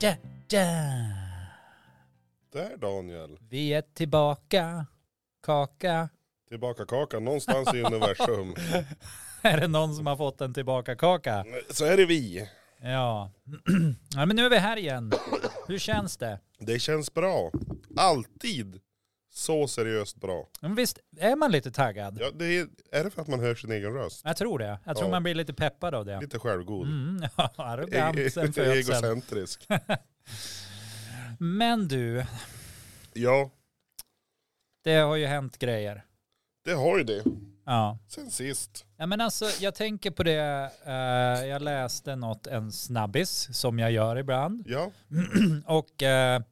Da, da. Där Daniel. Vi är tillbaka. Kaka. Tillbaka kakan någonstans i universum. Är det någon som har fått en tillbaka-kaka? Så är det vi. Ja. ja, men nu är vi här igen. Hur känns det? Det känns bra. Alltid så seriöst bra. Men visst är man lite taggad? Ja, det är, är det för att man hör sin egen röst? Jag tror det. Jag tror Ja. man blir lite peppad av det. Lite självgod. Mm, ja, arrogant sen E- födseln. Egocentrisk. Men du, Ja, det har ju hänt grejer. det har ju det. Ja. Sen sist. Ja, men alltså, jag tänker på det, eh, jag läste något, en snabbis som jag gör ibland. Ja, Och eh,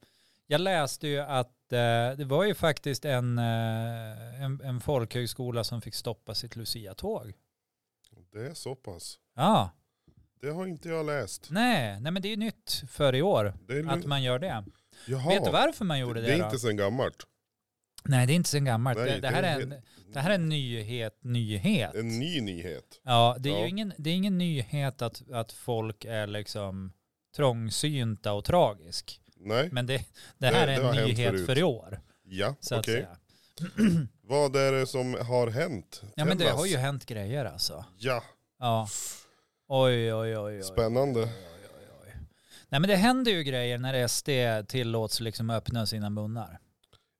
jag läste ju att eh, det var ju faktiskt en, eh, en, en folkhögskola som fick stoppa sitt Lucia-tåg. det är så pass. Ja, Det har inte jag läst. nej, nej men det är ju nytt för i år Det är, att man gör det. Jaha, Vet du varför man gjorde det, det är då? inte sen gammalt. Nej, det är inte sen gammalt. Nej, det, det, här det är är en, det här är en nyhet, nyhet. En ny nyhet. Ja, det är Ja. ju ingen, det är ingen nyhet att, att folk är liksom trångsynta och tragisk. Nej, Men det, det här Det- är det har en hänt nyhet förut. för i år. ja, Så okej. att säga. Vad är det som har hänt? Ja, men det Tell har us. ju hänt grejer alltså. Ja, Ja. Oj, oj, oj, oj. spännande. Nej, men det händer ju grejer när SD tillåts liksom öppna sina munnar.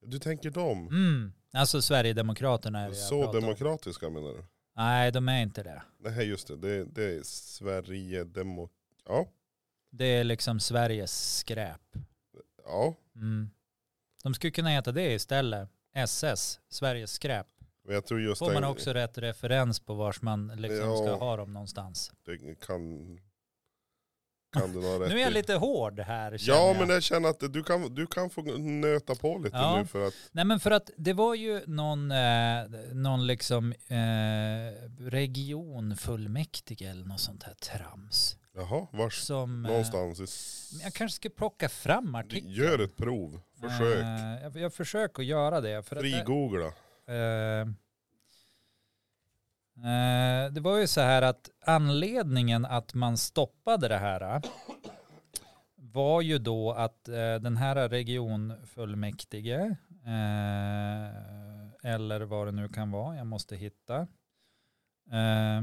Du tänker dem? Mm. Alltså Sverigedemokraterna är det jag Så pratar om. demokratiska menar du? Nej, de är inte det. Nej just det, det, det är Sverigedemok... Ja, Det är liksom Sveriges skräp. ja. Mm. De skulle kunna heta det istället. SS, Sveriges skräp. Men jag tror just Får man den, också rätt referens på vars man liksom Ja. ska ha dem någonstans. det kan... Kan du ha rätt Nu är jag i. lite hård här känner Ja jag. men jag känner att du kan, du kan få nöta på lite Ja. nu för att... Nej men för att det var ju någon, eh, någon liksom eh, regionfullmäktige eller något sånt här trams. Jaha, vars? Som, eh, Någonstans i... men jag kanske ska plocka fram artikeln. Gör ett prov. Försök. Eh, jag, jag försöker göra det. För att det, Frigoogla. Eh, eh, det var ju så här att anledningen att man stoppade det här eh, var ju då att eh, den här regionfullmäktige, eh, eller vad det nu kan vara, jag måste hitta. Eh,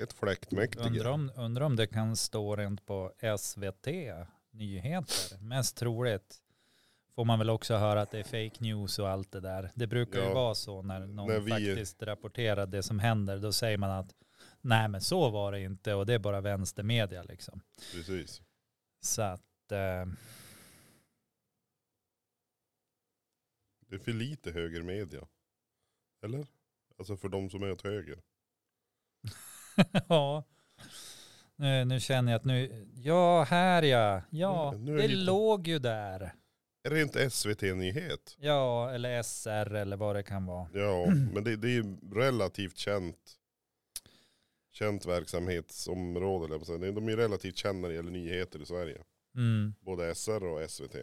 Ett fläktmäktige. undrar, om, undrar om det kan stå rent på SVT nyheter. Mest troligt får man väl också höra att det är fake news och allt det där. Det brukar ju Ja. vara så när någon När vi- faktiskt rapporterar det som händer. Då säger man att nej men så var det inte och det är bara vänstermedia liksom. Precis. Så att eh, Det är för lite högermedia. Eller? Alltså för de som är åt höger. ja. Nu, nu känner jag att nu, ja här ja, ja Nu är det det lite- låg ju där. Är det inte SVT-nyhet? Ja eller SR eller vad det kan vara. Ja, men det, det är ju relativt känt. Känt verksamhetsområde, eller vad man säger. De är ju relativt kända när det gäller nyheter i Sverige. Mm. Både SR och SVT.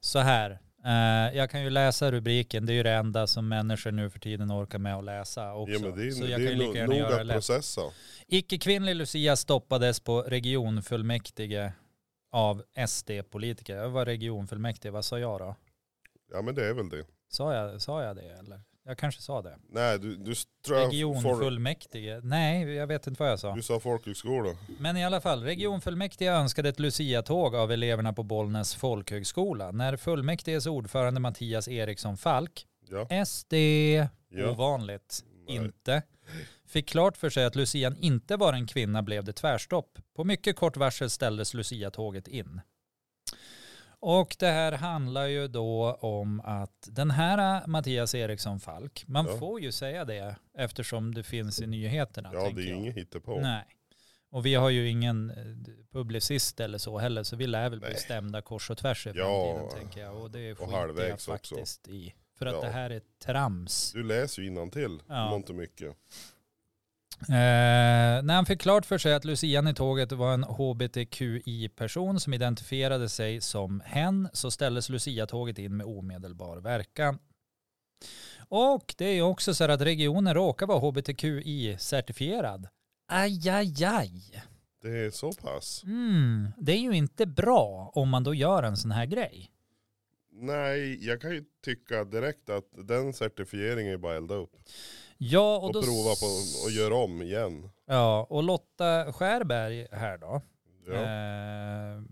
Så här, eh, jag kan ju läsa rubriken, det är ju det enda som människor nu för tiden orkar med att läsa också. Ja, men det är, så det jag kan är ju lika nog, gärna nog göra det att lätt. processa. Icke-kvinnlig Lucia stoppades på regionfullmäktige av SD-politiker. Jag var regionfullmäktige, vad sa jag då? Ja men det är väl det. Sa jag, sa jag det eller? Jag kanske sa det. Nej du, du, tror jag, for, Regionfullmäktige? Nej, jag vet inte vad jag sa. du sa folkhögskola. Men i alla fall, regionfullmäktige önskade ett Lucia-tåg av eleverna på Bollnäs folkhögskola. När fullmäktiges ordförande Mattias Eriksson Falk, Ja. SD, ja. Ovanligt. Nej. Inte. Fick klart för sig att lucian inte var en kvinna blev det tvärstopp. På mycket kort varsel ställdes luciatåget in. Och det här handlar ju då om att den här äh, Mattias Eriksson Falk, man Ja. får ju säga det eftersom det finns i nyheterna. Ja det tänker är ju jag. inget hittepå. Nej. Och vi har ju ingen eh, publicist eller så heller, så vi lär väl bli Nej. stämda kors och tvärs i Ja, framtiden tänker jag. Och det skiter jag halvvägs också. faktiskt i. För att Ja. det här är trams. Du läser ju innantill. Ja. Ja. Inte mycket. Eh, när han fick klart för sig att lucian i tåget var en hbtqi-person som identifierade sig som hen så ställdes luciatåget in med omedelbar verkan. Och det är ju också så här att regionen råkar vara hbtqi-certifierad. Aj, aj, aj. Det är så pass. Mm, det är ju inte bra om man då gör en sån här grej. Nej, jag kan ju tycka direkt att den certifieringen är bara elda upp. Ja, och, Och, då... prova på och göra om igen. Ja, och Lotta Skärberg här då. Ja. Eh,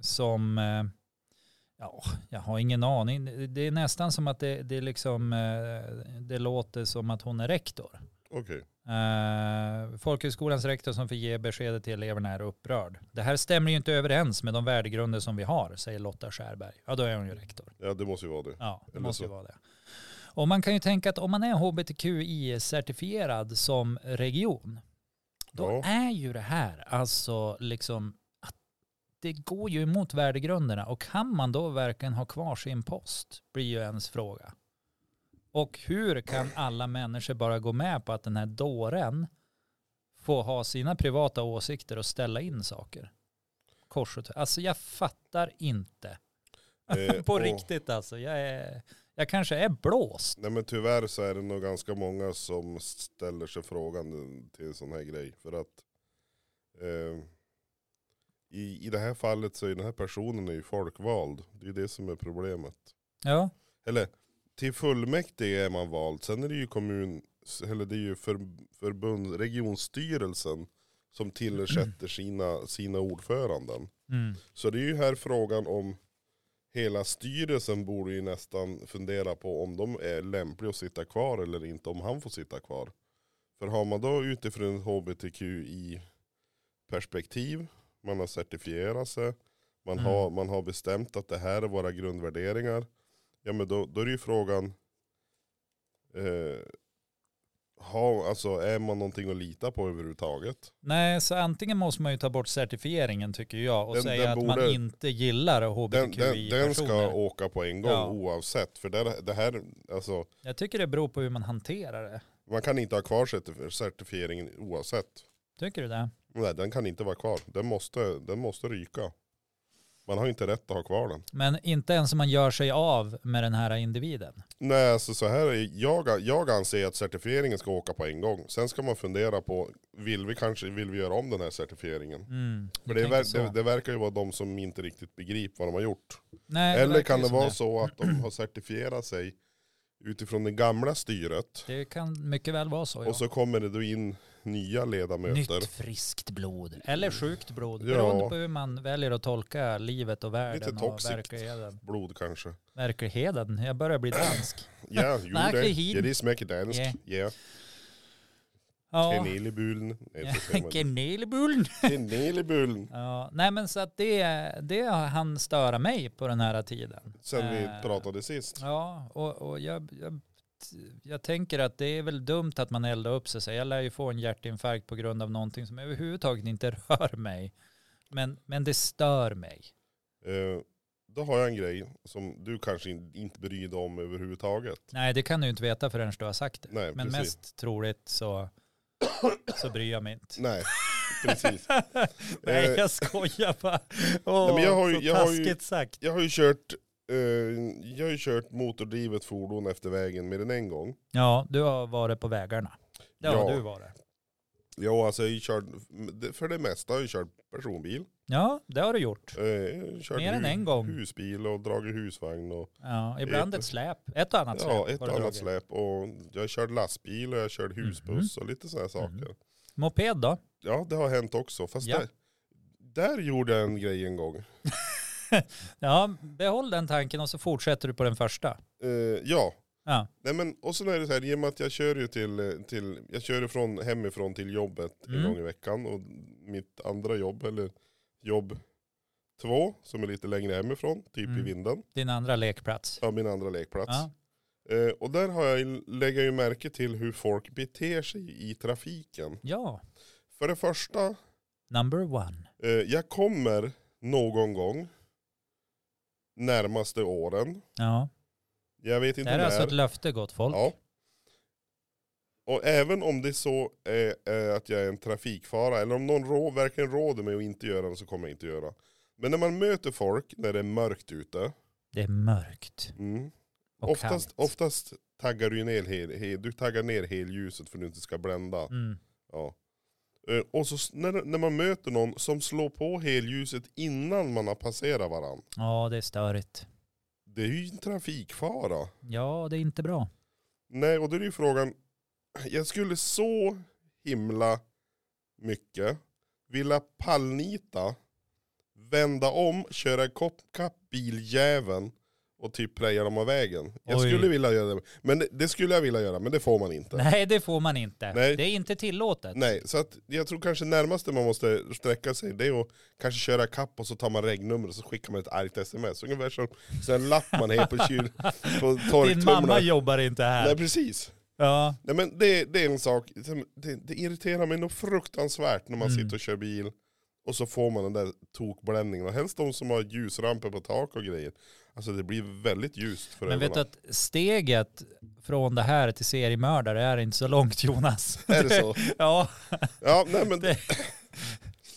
som, eh, ja, jag har ingen aning. Det är nästan som att det, det, är liksom, eh, det låter som att hon är rektor. Okej. Eh, folkhögskolans rektor som får ge beskedet till eleverna är upprörd. Det här stämmer ju inte överens med de värdegrunder som vi har, säger Lotta Skärberg. Ja, då är hon ju rektor. Ja det måste ju vara det. Ja, det Eller måste ju så. vara det. Och man kan ju tänka att om man är hbtqi-certifierad som region, då Ja. är ju det här alltså liksom att det går ju emot värdegrunderna och kan man då verkligen ha kvar sin post blir ju ens fråga. Och hur kan alla människor bara gå med på att den här dåren får ha sina privata åsikter och ställa in saker? Kors och tvärs. Alltså jag fattar inte. Eh, På och- riktigt alltså. Jag, är, jag kanske är blåst. Nej men tyvärr så är det nog ganska många som ställer sig frågan till en sån här grej. För att eh, i, i det här fallet så är den här personen är ju folkvald. Det är ju det som är problemet. Ja, Eller till fullmäktige är man vald. Sen är det ju kommun, eller det är ju för, förbund, regionstyrelsen som tillsätter sina, sina ordföranden. mm. Så det är ju här frågan om hela styrelsen borde ju nästan fundera på om de är lämpliga att sitta kvar eller inte, om han får sitta kvar. För har man då utifrån ett hbtqi-perspektiv, man har certifierat sig, man, Mm. har, man har bestämt att det här är våra grundvärderingar, ja men då, då är det ju frågan, eh, ha, alltså, är man någonting att lita på överhuvudtaget? Nej, så antingen måste man ju ta bort certifieringen tycker jag och Den- säga den att man borde- inte gillar Den, den, den ska hbtqi-personer. åka på en gång Ja. oavsett. För det, det här, alltså, Jag tycker det beror på hur man hanterar det. man kan inte ha kvar certif- certifieringen oavsett. Tycker du det? Nej, den kan inte vara kvar. Den måste, den måste ryka. Man har inte rätt att ha kvar den. Men inte ens om man gör sig av med den här individen. Nej, alltså så här är, jag, jag anser att certifieringen ska åka på en gång. Sen ska man fundera på, vill vi kanske vill vi göra om den här certifieringen? Mm, För jag det, tänker ver, så. det, det verkar ju vara de som inte riktigt begriper vad de har gjort. Nej, Eller verkar kan ju det som vara så att de har certifierat sig utifrån det gamla styret? Det kan mycket väl vara så. Ja. Och så kommer det då in nya ledamöter. Nytt friskt blod, eller sjukt blod, Ja. beroende på hur man väljer att tolka livet och världen och toxic. verkligheten. Blod kanske. Verkligheten, jag börjar bli dansk. Ja, jo Nej, det. Klehin. Ja, det smäcker danskt. Ja. Ja. Ja. Kanelibullen. Nej, så säger man inte. Kanelbullen. Kanelibullen. Ja, nej men så att det, det han störa mig på den här tiden. Sen vi Eh, pratade sist. Ja, och, och jag, jag, jag tänker att det är väl dumt att man eldar upp sig. Så jag lär ju få en hjärtinfarkt på grund av någonting som överhuvudtaget inte rör mig. Men, men det stör mig. Eh, Då har jag en grej som du kanske in- inte bryr dig om överhuvudtaget. Nej, det kan du ju inte veta förrän du har sagt det. Nej, men precis. mest troligt så, så bryr jag mig inte. Nej, precis. Nej, Eh, jag skojar bara. Åh, men jag har ju- så jag har ju- taskigt sagt. Jag har ju kört, eh, jag har ju kört motordrivet fordon efter vägen mer än en gång. Ja, du har varit på vägarna. Det har Ja. du varit. Ja, alltså jag har ju kört, för det mesta har jag kört personbil. Ja, det har du gjort. Eh, jag har kört Mer än hu- en gång. Husbil och dragit husvagn och Ja, ibland Ett- ett släp. Ett och annat släp. Ja, ett har du och annat dragit. släp. Och jag körde lastbil och jag körde husbuss och lite sådana saker. Mhm. Moped då? Ja, det har hänt också. Fast Ja. där, där gjorde jag en grej en gång. Ja, behåll den tanken och så fortsätter du på den första. Eh, ja. Ja. Nej, men, och sen är det så här, i och med att jag kör ju till, eh, till, jag kör ju från, hemifrån till jobbet en Mm. gång i veckan. Och mitt andra jobb, eller jobb två, som är lite längre hemifrån, typ i Mm. vinden. Din andra lekplats. Ja, min andra lekplats. Ja. Eh, och där har jag, ju- lägger jag ju märke till hur folk beter sig i trafiken. ja, För det första, number one. Eh, Jag kommer någon gång närmaste åren. Ja, Jag vet det inte här är när. alltså ett löfte gott folk. ja. Och även om det är så eh, eh, att jag är en trafikfara eller om någon rå, verkligen råder mig att inte göra det så kommer jag inte göra. Men när man möter folk när det är mörkt ute. Det är mörkt. Mm, och Oftast, kallt. oftast taggar du ju ner, hel, hel, du taggar ner helljuset för att du inte ska blända. Mm. Ja. Eh, Och så s- när, när man möter någon som slår på helljuset innan man har passerat varandra. Ja, det är störigt. Det är ju en trafikfara. Ja, det är inte bra. Nej, och då är det ju frågan. Jag skulle så himla mycket vilja pallnita, vända om, köra ikopp- kapp biljäveln och typ preja dem av vägen. Jag Oj. skulle vilja göra det, men det, det skulle jag vilja göra, men det får man inte. Nej, det får man inte. Nej. Det är inte tillåtet. Nej, så att jag tror kanske närmaste man måste sträcka sig det är att kanske köra kapp och så tar man regnummer och så skickar man ett argt sms. Ungefär som som en lapp man har på kyl på Din mamma torktumlaren. jobbar inte här. Nej precis. Ja, Nej men det, det är en sak, som- det, det irriterar mig nog fruktansvärt när man Mm. sitter och kör bil och så får man den där tokbländningen. Och helst de som har ljusramper på tak och grejer. Alltså det blir väldigt ljust för men vet du ögonen. att steget från det här till seriemördare är inte så långt Jonas. Är det så? Ja, Ja, nej men... Det-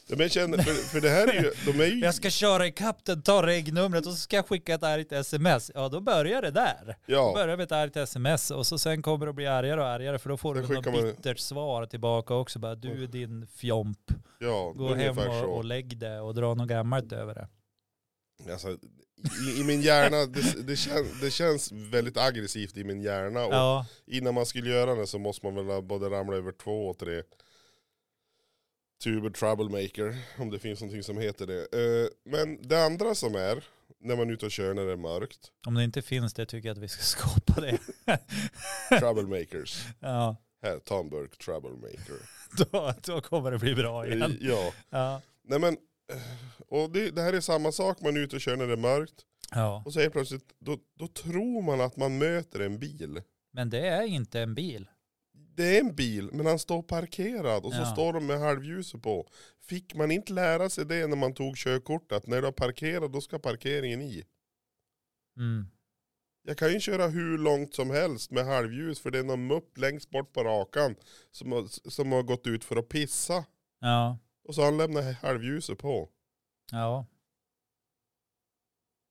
Ja, men jag känner, för, för det här är ju, de är ju jag ska köra ikapp den, ta regnumret och så ska jag skicka ett argt sms. Ja, då börjar det där. Då ja, börjar med ett argt sms och så sen kommer det att bli argare och argare för då får Sen du något skickar man- bittert svar tillbaka också. Bara du är din fjomp, ja, gå hem ungefär så. och, och lägg det och dra något gammalt över det. Alltså, i, I min hjärna, det, det, kän, det känns väldigt aggressivt i min hjärna. Och Ja, Innan man skulle göra det så måste man väl ha både ramla över två och tre tuber troublemaker, om det finns någonting som heter det. Eh, Men det andra som är, när man är ute och kör när det är mörkt, om det inte finns det tycker jag att vi ska skapa det. troublemakers. Ja, Här, ta en burk troublemaker. då, då kommer det bli bra Eh, igen. Ja, Ja, nej men, eh, och det, det här är samma sak, man är ute och kör när det är mörkt, ja. och så helt plötsligt, då, då tror man att man möter en bil. men det är inte en bil. Det är en bil, men han står parkerad och så Ja. står de med halvljuset på. Fick man inte lära sig det när man tog körkort, att när du har parkerat, då ska parkeringen i? Mm. Jag kan ju köra hur långt som helst med halvljus, för det är någon mupp längst bort på rakan som har, som har gått ut för att pissa. Ja, Och så har han lämnat halvljuset på. ja.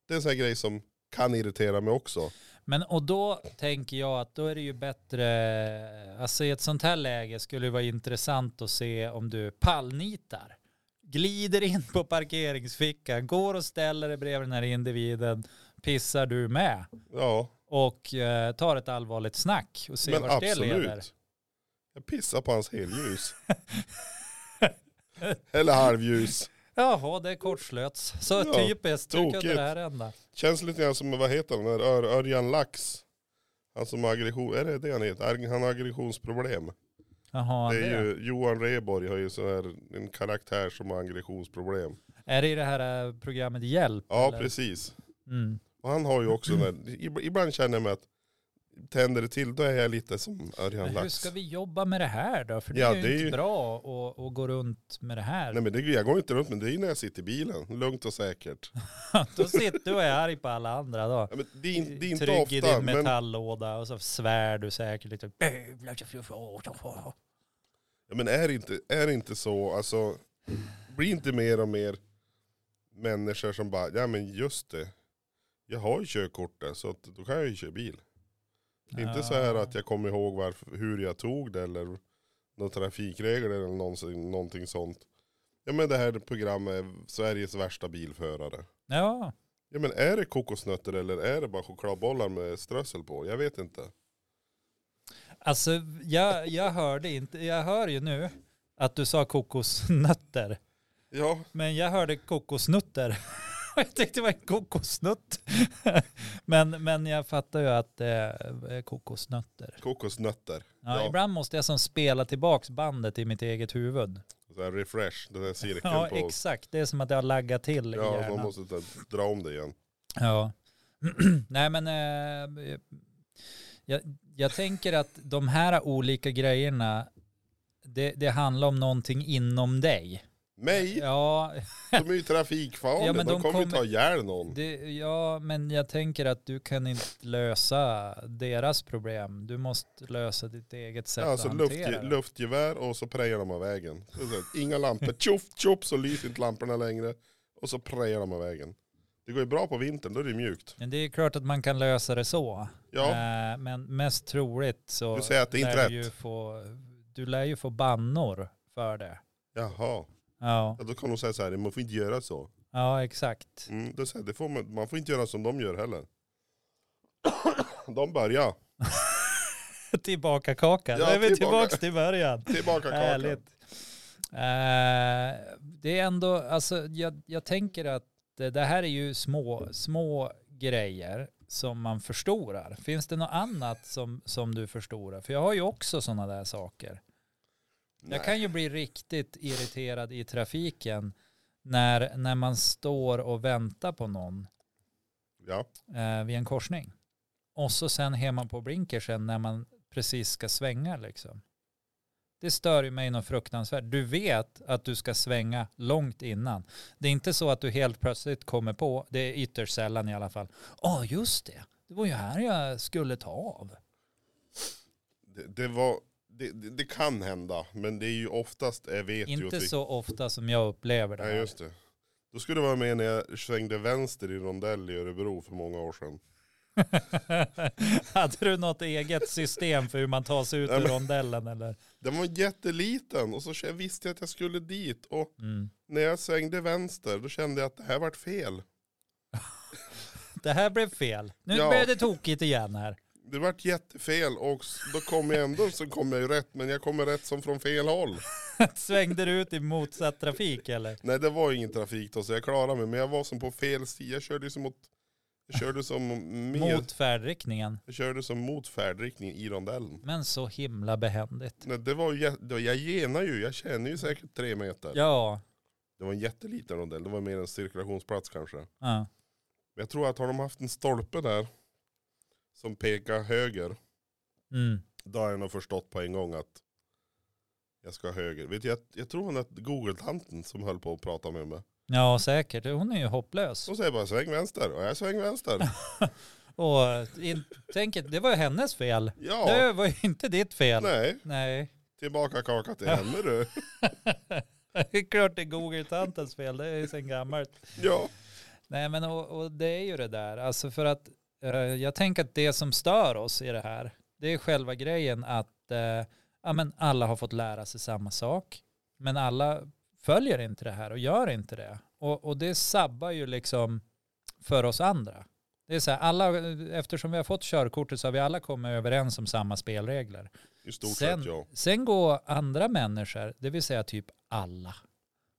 Det är en sån här grej som kan irritera mig också. Men och då tänker jag att då är det ju bättre, alltså i ett sånt här läge skulle det vara intressant att se om du pallnitar, glider in på parkeringsfickan, går och ställer dig bredvid den här individen, pissar du med Ja, och eh, tar ett allvarligt snack och ser men vart det leder. absolut. Jag pissar på hans helljus. Eller halvljus. Jaha, det är kortslöts. Så Ja, typiskt, hur kunde tokigt. det här hända? Känns lite grann som, vad heter han, där, Ör, Örjan Lax. Han som har aggression, är det det han heter? Arg- Han har aggressionsproblem. Jaha, det är ju, Johan Reborg har ju så här, en karaktär som har aggressionsproblem. är det i det här eh, programmet Hjälp? Ja eller? precis. Mm. Och han har ju också den där, ib- ibland känner jag mig att tänder det till, då är jag lite som Örjan Men hur Lax. ska vi jobba med det här då? För det Ja, är ju det är inte ju- bra att, att gå runt med det här. Nej men det, jag går inte runt men det är ju när jag sitter i bilen, lugnt och säkert. då sitter du och är arg på alla andra då. Ja, men det, är, in- det är inte Trygg i ofta, din men, metalllåda och så svär du säkert lite. ja, men är, det inte, är det inte så, alltså, blir inte mer och mer människor som bara, ja men just det, jag har ju körkort där, så att då kan jag ju köra bil. Det är Inte så här att jag kommer ihåg varför, hur jag tog det eller några trafikregler eller någonsin, någonting sånt. Ja men det här programmet är Sveriges värsta bilförare. Ja, Ja men är det kokosnötter eller är det bara chokladbollar med strössel på? Jag vet inte. alltså jag, jag hörde inte, jag hör ju nu att du sa kokosnötter. Ja, Men jag hörde kokosnutter. jag tyckte det var en kokosnutt. men, men jag fattar ju att det är kokosnötter. kokosnötter. Ja, Ja. Ibland måste jag som spela tillbaks bandet i mitt eget huvud. Så här refresh, den där cirkeln Ja, på. exakt. Det är som att jag har laggat till i Ja, så hjärnan. man måste ta, dra om det igen. Ja. Nej, men eh, jag, jag tänker att de här olika grejerna, det, det handlar om någonting inom dig. Mig, Ja, de är ju trafikfarliga, Ja, men de, de kommer ju kommer- ta ihjäl någon. det, ja, men jag tänker att du kan inte lösa deras problem. Du måste lösa ditt eget sätt Ja, alltså att luftge- hantera det. luftgevär och så prejar de av vägen. Så- så- Inga lampor, tjoff tjoff så lyser inte lamporna längre. Och så prejar de av vägen. Det går ju bra på vintern, då är det mjukt. Men det är klart att man kan lösa det så. Ja, Eh, Men mest troligt så du säger att det är inte lär du, ju rätt. få, du lär ju få bannor för det. Jaha, Ja, ja, då kan de säga så här, man får inte göra så. ja exakt. Mm, då säger, jag, det får man, man får inte göra som de gör heller. De börjar. tillbaka kakan. Ja, Ja, vi tillbaka. tillbaka till början. Tillbaka kakan. Härligt. Eh, det är ändå, alltså jag, jag tänker att det, det här är ju små, små grejer som man förstorar. Finns det något annat som, som du förstorar? För jag har ju också sådana där saker. Nej. Jag kan ju bli riktigt irriterad i trafiken när, när man står och väntar på någon Ja, eh, vid en korsning. Och så sen hemma på blinkersen när man precis ska svänga liksom. Det stör ju mig något fruktansvärt. Du vet att du ska svänga långt innan. Det är inte så att du helt plötsligt kommer på, det är ytterst sällan i alla fall, ja just det, det var ju här jag skulle ta av. det, det, var, det, det, det kan hända, men det är ju oftast, jag vet ju Inte att vi så ofta som jag upplever det Nej här. just det. Då skulle du vara med när jag svängde vänster i rondell i Örebro för många år sedan. Hade du något eget system för hur man tar sig ut Nej, ur men- rondellen eller? Den var jätteliten och så k- visste jag att jag skulle dit och Mm. när jag svängde vänster då kände jag att det här vart fel. Det här blev fel. Nu Ja. börjar det tokigt igen här. Det vart jättefel och s- då kom jag ändå så kom jag ju rätt men jag kommer rätt som från fel håll. Svängde du ut i motsatt trafik eller? Nej det var ingen trafik då så jag klarade mig men jag var som på fel sida. Jag körde ju som mot, jag körde som med, Mot färdriktningen. jag körde som mot färdriktningen i rondellen. Men så himla behändigt. Nej, det var ju, jä- då- jag genade ju, jag känner ju säkert tre meter. Ja. Det var en jätteliten rondell, det var mer en cirkulationsplats kanske. Men ja. jag tror att har de haft en stolpe där som pekar höger, Mm. då har jag nog förstått på en gång att jag ska höger. Vet du, jag, jag tror hon att Google-tanten som höll på att prata med mig, ja, säkert. Hon är ju hopplös. hon säger bara sväng vänster och jag sväng vänster. Och in, tänk, det var ju hennes fel. Ja, Det var ju inte ditt fel. Nej. nej, Nej. tillbaka kaka till henne du. Det är klart det är Google-tantens fel. Det är ju sen gammalt. Ja, Nej men och, och det är ju det där, alltså för att eh, jag tänker att det som stör oss i det här, det är själva grejen att eh, ja, men alla har fått lära sig samma sak, men alla följer inte det här och gör inte det. Och, och det sabbar ju liksom för oss andra. Det är så här, alla, eftersom vi har fått körkortet så har vi alla kommit överens om samma spelregler. i stort Sen- sett ja. Sen går andra människor, det vill säga typ alla,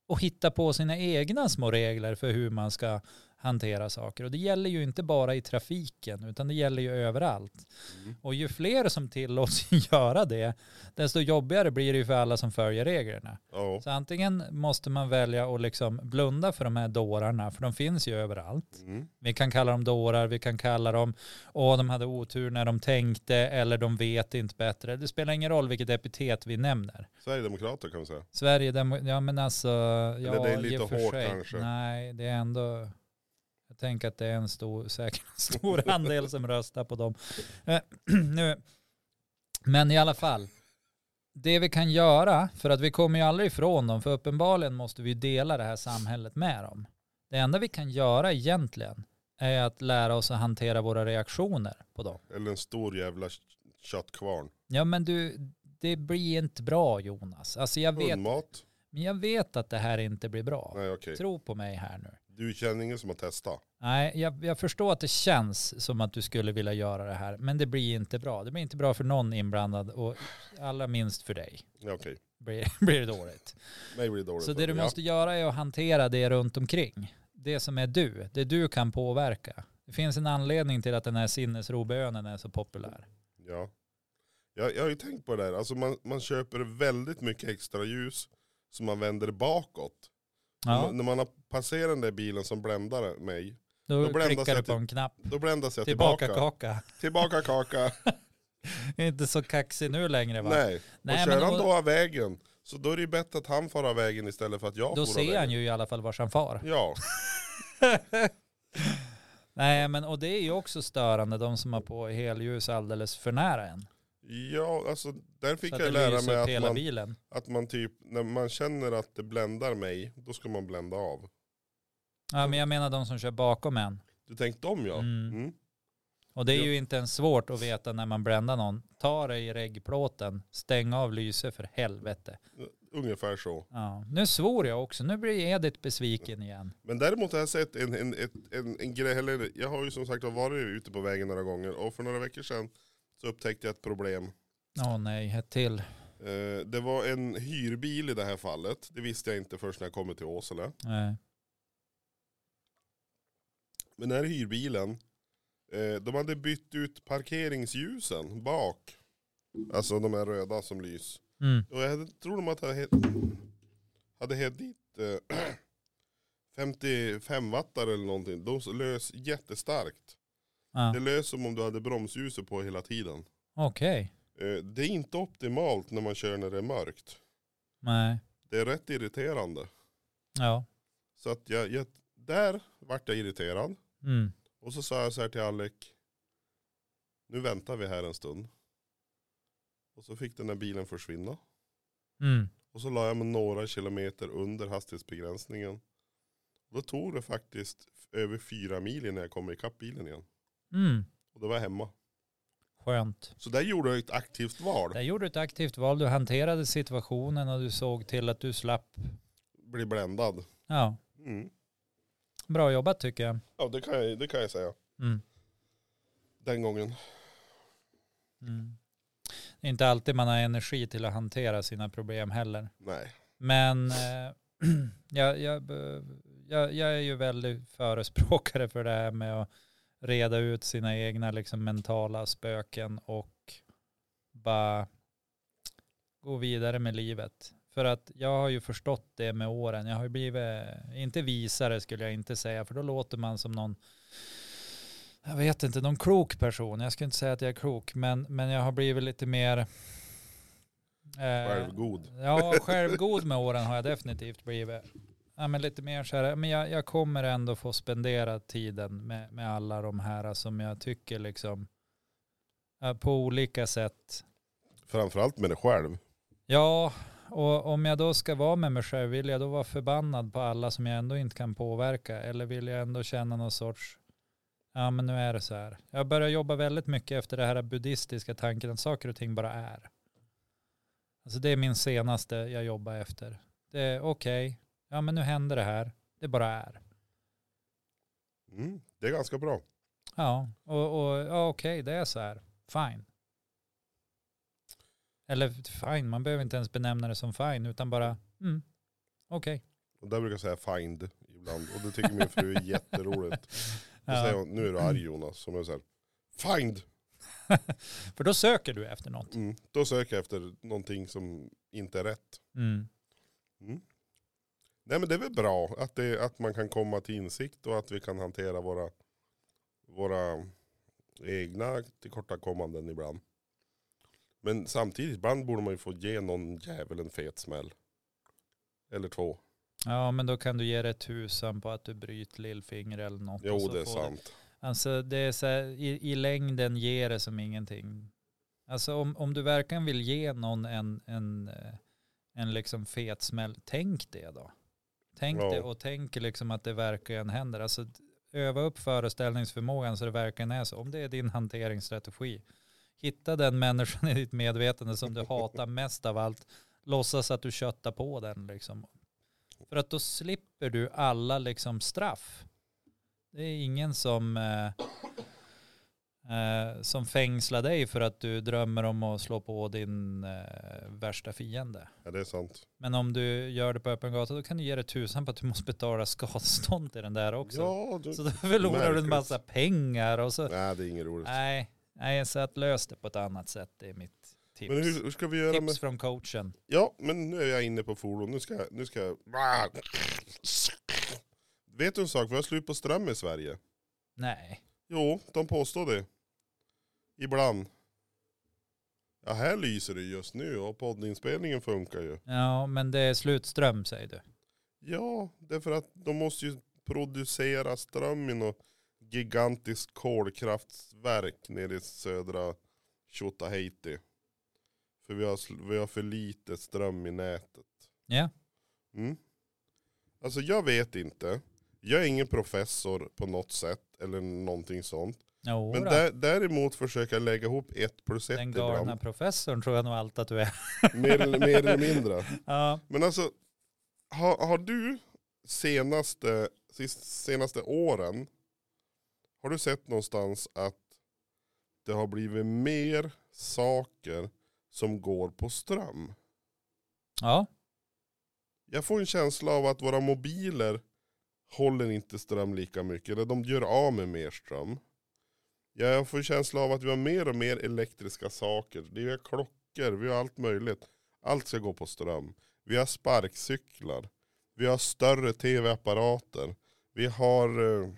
och hittar på sina egna små regler för hur man ska hantera saker. Och det gäller ju inte bara i trafiken, utan det gäller ju överallt. Mm. Och ju fler som tillåts göra det, desto jobbigare blir det ju för alla som följer reglerna. ja. Så antingen måste man välja att liksom blunda för de här dårarna, för de finns ju överallt. Mm. Vi kan kalla dem dårar, vi kan kalla dem, åh de hade otur när de tänkte eller de vet inte bättre. Det spelar ingen roll vilket epitet vi nämner. Sverigedemokrater kan vi säga. Sverige, ja men alltså, ja det är i lite och för hårt sig. kanske. Nej, det är ändå, jag tänker att det är en stor, säkert en stor andel som röstar på dem. Eh, nu. Men i alla fall, det vi kan göra, för att vi kommer ju aldrig ifrån dem, för uppenbarligen måste vi ju dela det här samhället med dem. Det enda vi kan göra egentligen är att lära oss att hantera våra reaktioner på dem. Eller en stor jävla k- köttkvarn. Ja men du, det blir inte bra Jonas. Alltså jag vet, Hundmat? men jag vet att det här inte blir bra. Nej okej. Tro på mig här nu. Du känner ingen som har testat? Nej, jag, jag förstår att det känns som att du skulle vilja göra det här, men det blir inte bra. Det blir inte bra för någon inblandad och allra minst för dig Ja, okej. blir, blir det dåligt. Mig blir det dåligt. Så för det du ja. måste göra är att hantera det runt omkring. Det som är du, det du kan påverka. Det finns en anledning till att den här sinnesrobönen är så populär. Ja. Jag, jag har ju tänkt på det där, alltså man, man köper väldigt mycket extra ljus som man vänder bakåt. Ja, Man, när man har passerat den där bilen som bländade mig, då då bländas klickar du jag på till- en knapp. då bländas jag tillbaka. Tillbaka kaka. Tillbaka kaka. Jag är inte så kaxig nu längre va? Nej. Nej, och men kör han då- då av vägen, så då är det ju bättre att han far av vägen istället för att jag Då får ser han ju i alla fall vars han far. Ja, Nej men och det är ju också störande de som har på helljus alldeles för nära en. ja alltså där fick Så att jag det lära lyser upp mig att hela man, bilen. att man typ, när man känner att det bländar mig, då ska man blända av. Ja, men jag menar de som kör bakom en. Du tänkte om ja. Mm. Mm. Och det är Ja. ju inte ens svårt att veta när man bländar någon. Ta dig i reggplåten, stäng av lyset för helvete. Ungefär så. Ja. Nu svor jag också, nu blir Edith besviken igen. Men däremot har jag sett en, en, ett, en, en grej, eller jag har ju som sagt varit ute på vägen några gånger och för några veckor sedan så upptäckte jag ett problem. Åh nej, ett till. Eh, Det var en hyrbil i det här fallet. Det visste jag inte först när jag kom till Åsele. Nej. Men den här hyrbilen, eh, de hade bytt ut parkeringsljusen bak. Alltså de här röda som lys. Mm. Och jag hade- tror de att jag he- hade hett dit eh, 55 wattare eller någonting. De lös jättestarkt. Ja. Det lös som om du hade bromsljuset på hela tiden. Okej, Eh, Det är inte optimalt när man kör när det är mörkt. nej. Det är rätt irriterande. Ja. Så att jag, jag där vart jag irriterad. Mm. Och så sa jag så här till Alec. Nu väntar vi här en stund. Och så fick den här bilen försvinna. Mm. Och så la jag mig några kilometer under hastighetsbegränsningen. Då tog det faktiskt f- över fyra mil innan jag kom ikapp bilen igen. Mm. Och då var jag hemma. Skönt. Så där gjorde jag ett aktivt val. Där gjorde du ett aktivt val, du hanterade situationen och du såg till att du slapp. Bli bländad. Ja, Mm. bra jobbat tycker jag. Ja det kan, jag, det kan jag säga. Mm. Den gången. Mm. Det är inte alltid man har energi till att hantera sina problem heller. Nej. Men eh, jag, jag, be- jag, jag är ju väldigt förespråkare för det här med att reda ut sina egna liksom, mentala spöken och bara gå vidare med livet. För att jag har ju förstått det med åren. Jag har ju blivit, inte visare skulle jag inte säga, för då låter man som någon jag vet inte, någon klok person. Jag skulle inte säga att jag är klok, men, men jag har blivit lite mer... eh, Självgod. Ja, självgod med åren har jag definitivt blivit. Ja, men lite mer så här, men jag, jag kommer ändå få spendera tiden med, med alla de här som jag tycker liksom eh, på olika sätt. Framförallt med dig själv. Ja, och om jag då ska vara med mig själv, vill jag då vara förbannad på alla som jag ändå inte kan påverka? Eller vill jag ändå känna någon sorts, ja men nu är det så här. Jag börjar jobba väldigt mycket efter det här buddhistiska tanken att saker och ting bara är. Alltså det är min senaste jag jobbar efter. Det är okej, ja men nu händer det här, det bara är. Mm. Det är ganska bra. Ja, och, och ja, okej, det är så här. Fine. Eller fine, man behöver inte ens benämna det som fine, utan bara mm, okej. Och där brukar jag säga find ibland. Och det tycker min fru är jätteroligt. Då säger hon, nu är du arg Jonas. Som jag säger, find! För då söker du efter något. Mm. Då söker jag efter någonting som inte är rätt. Mm. Mm. Nej men det är väl bra att, det, att man kan komma till insikt och att vi kan hantera våra, våra egna tillkortakommanden ibland. Men samtidigt, ibland borde man ju få ge någon jävel en fet smäll. Eller två. Ja, men då kan du ge dig tusan på att du bryter lillfinger eller något. och Jo så det är får du- sant. Alltså det är så här, i, i längden ger det som ingenting. Alltså om, om du verkligen vill ge någon en, en, eh, en liksom fet smäll, tänk det då. Tänk Ja. det och tänk liksom att det verkligen händer. Alltså d- öva upp föreställningsförmågan så det verkligen är så. Om det är din hanteringsstrategi, hitta den människan i ditt medvetande som du hatar mest av allt. Låtsas att du köttar på den liksom. För att då slipper du alla liksom straff. Det är ingen som, eh, eh, som fängslar dig för att du drömmer om att slå på din eh, värsta fiende. Ja, det är sant. Men om du gör det på öppen gata då kan du ge dig tusan på att du måste betala skadestånd till den där också. Ja, du... så då förlorar du en märkligt. massa pengar och så. Nej det är inget roligt. Nej, nej, så att lös det på ett annat sätt. Det är mitt tips. Men hur, hur ska vi göra med... Tips från coachen. Ja, men nu är jag inne på fordon. Nu ska jag... Nu ska jag... Ah! Vet du en sak? Vi har slut på ström i Sverige. Nej. Jo, de påstår det. Ibland. Ja, här lyser det just nu och poddinspelningen funkar ju. Ja, men det är slutström säger du. Ja, därför att de måste ju producera ström i något gigantiskt kolkraftverk nere i södra Tjotahejti. För vi har, sl- vi har för lite ström i nätet. Ja. Mm. Alltså jag vet inte. Jag är ingen professor på något sätt eller någonting sånt. Jo, Men då. dä- däremot försöka lägga ihop ett plus ett den galna ibland. professorn tror jag nog allt att du är. Mer, eller- mer eller mindre. Ja, Men alltså, har, har du senaste, sist- senaste åren, har du sett någonstans att det har blivit mer saker som går på ström? ja. Jag får en känsla av att våra mobiler håller inte ström lika mycket, eller de gör av med mer ström. Jag får en känsla av att vi har mer och mer elektriska saker. Vi har klockor, vi har allt möjligt. Allt ska gå på ström. Vi har sparkcyklar. Vi har större tv-apparater. Vi har eh,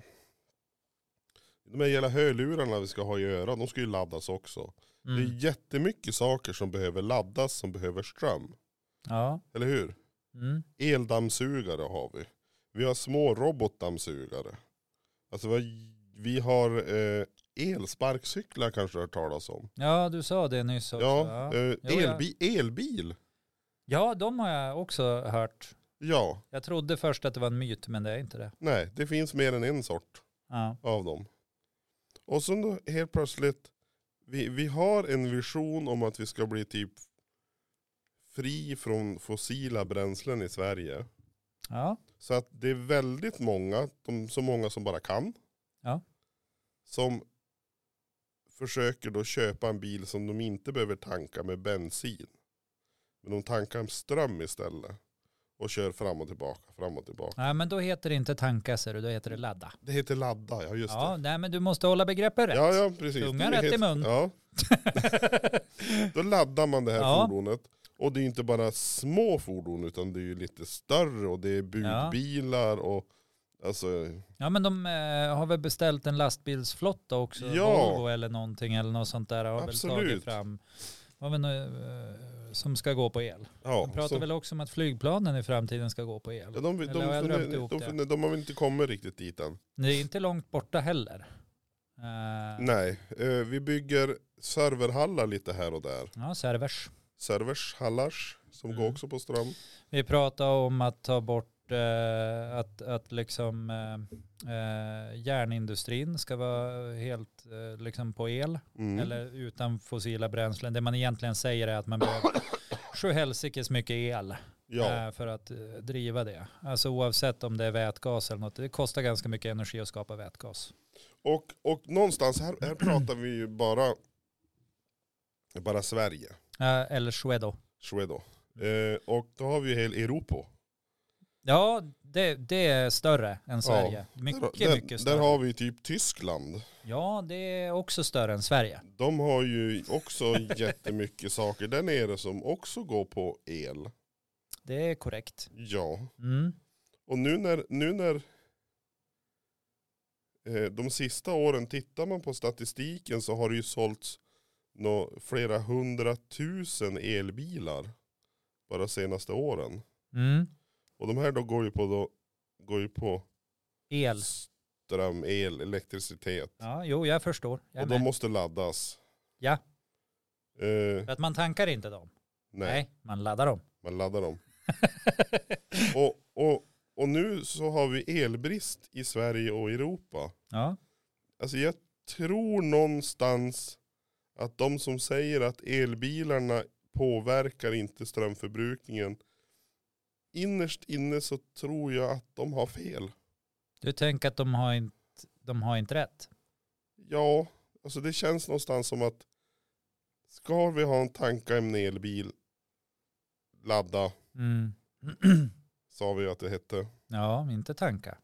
de här jävla hörlurarna vi ska ha i örat, de ska ju laddas också. Det Mm. är jättemycket saker som behöver laddas, som behöver ström. ja. Eller hur? Mm. Eldammsugare har vi. Vi har små robotdammsugare. Alltså vi har, vi har eh, elsparkcyklar kanske du har hört talas om. ja, du sa det nyss också. ja, Ja. eh, Jo, ja. elbi, elbil. ja, de har jag också hört. Ja, Jag trodde först att det var en myt, men det är inte det. nej det finns mer än en sort Ja. av dem. Och sen då helt plötsligt, vi, vi har en vision om att vi ska bli typ fri från fossila bränslen i Sverige. Ja. Så att det är väldigt många, de, så många som bara kan. Ja. Som försöker då köpa en bil som de inte behöver tanka med bensin. Men de tankar med ström istället. Och kör fram och tillbaka, fram och tillbaka. Nej, men då heter det inte tanka, ser du. Då heter det ladda. Det heter ladda, ja just Ja, det. nej, men du måste hålla begreppet rätt. Ja, ja precis. Tungan Det rätt i heter- mun. Ja. Då laddar man det här Ja. fordonet. Och det är inte bara små fordon utan det är ju lite större och det är budbilar och alltså Ja, men de eh, har väl beställt en lastbilsflotta också. Ja. Volvo eller någonting eller något sånt där. Har väl tagit Absolut. fram. Vad men, eh, som ska gå på el. ja. De pratar så- väl också om att flygplanen i framtiden ska gå på el. Ja, de, de, Eller de, har jag drömt de, ihop de, det? de, de har väl inte kommit riktigt dit än. Det är inte långt borta heller. Eh, Nej, eh, vi bygger serverhallar lite här och där. ja, servers. Servers, hallars, som Mm. går också på ström. Vi pratade om att ta bort eh, att, att liksom eh, eh, järnindustrin ska vara helt eh, liksom på el Mm. eller utan fossila bränslen. Det man egentligen säger är att man behöver sjuhelsikes mycket el ja, eh, för att eh, driva det. Alltså oavsett om det är vätgas eller något. Det kostar ganska mycket energi att skapa vätgas. och, och någonstans här, här pratar vi ju bara, bara Sverige, Eh, eller Swedo. Swedo. Mm. Eh, och då har vi ju hela Europa. Ja, det, det är större än Sverige. mycket, där, mycket där större. har vi typ Tyskland. Ja, det är också större än Sverige. De har ju också jättemycket saker där nere som också går på el. Det är korrekt. Ja. Mm. Och nu när, nu när eh, de sista åren tittar man på statistiken så har det ju sålts nå, flera hundratusen elbilar bara senaste åren. Mm. Och de här då går ju på, då, går ju på El. ström, el, elektricitet. Ja, jo, jag förstår. Jag är och de med. måste laddas. Ja. Eh, För att man tankar inte dem. Nej, nej, man laddar dem. man laddar dem. och, och, och nu så har vi elbrist i Sverige och Europa. Ja. Alltså jag tror någonstans att de som säger att elbilarna påverkar inte strömförbrukningen. Innerst inne så tror jag att de har fel. Du tänker att de har inte, de har inte rätt? Ja, alltså det känns någonstans som att ska vi ha en tanka i en elbil, ladda, Mm. sa vi ju att det hette. ja, inte tanka.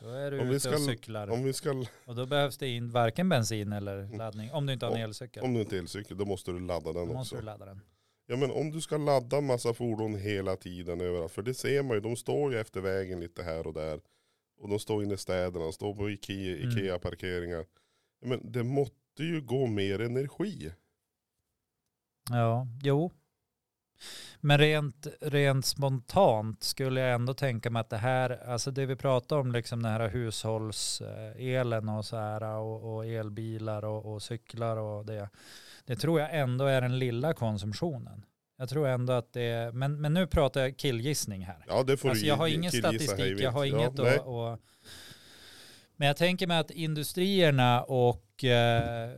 Då är du Om vi ute och ska- cyklar. Om, vi ska, Och då behövs det in varken bensin eller laddning. Om du inte har en Om- elcykel. om du inte är elcykel, då måste du Då ladda den måste också. du ladda den. Ja men om du ska ladda massa fordon hela tiden överallt, för det ser man ju, de står ju efter vägen lite här och där. Och de står inne i städerna, de står på Ikea- Mm. Ikea-parkeringar. Ja, men det måste ju gå mer energi. Ja, jo. Men rent, rent spontant skulle jag ändå tänka mig att det här, alltså det vi pratar om, liksom den här hushållselen och så här och, och elbilar och, och cyklar och det, det tror jag ändå är den lilla konsumtionen. Jag tror ändå att det, men, men nu pratar jag killgissning här. Ja det får Alltså du jag har gi- ingen killgissa hej statistik, vilt. jag har Ja, inget nej. att... och, Men jag tänker mig att industrierna och eh,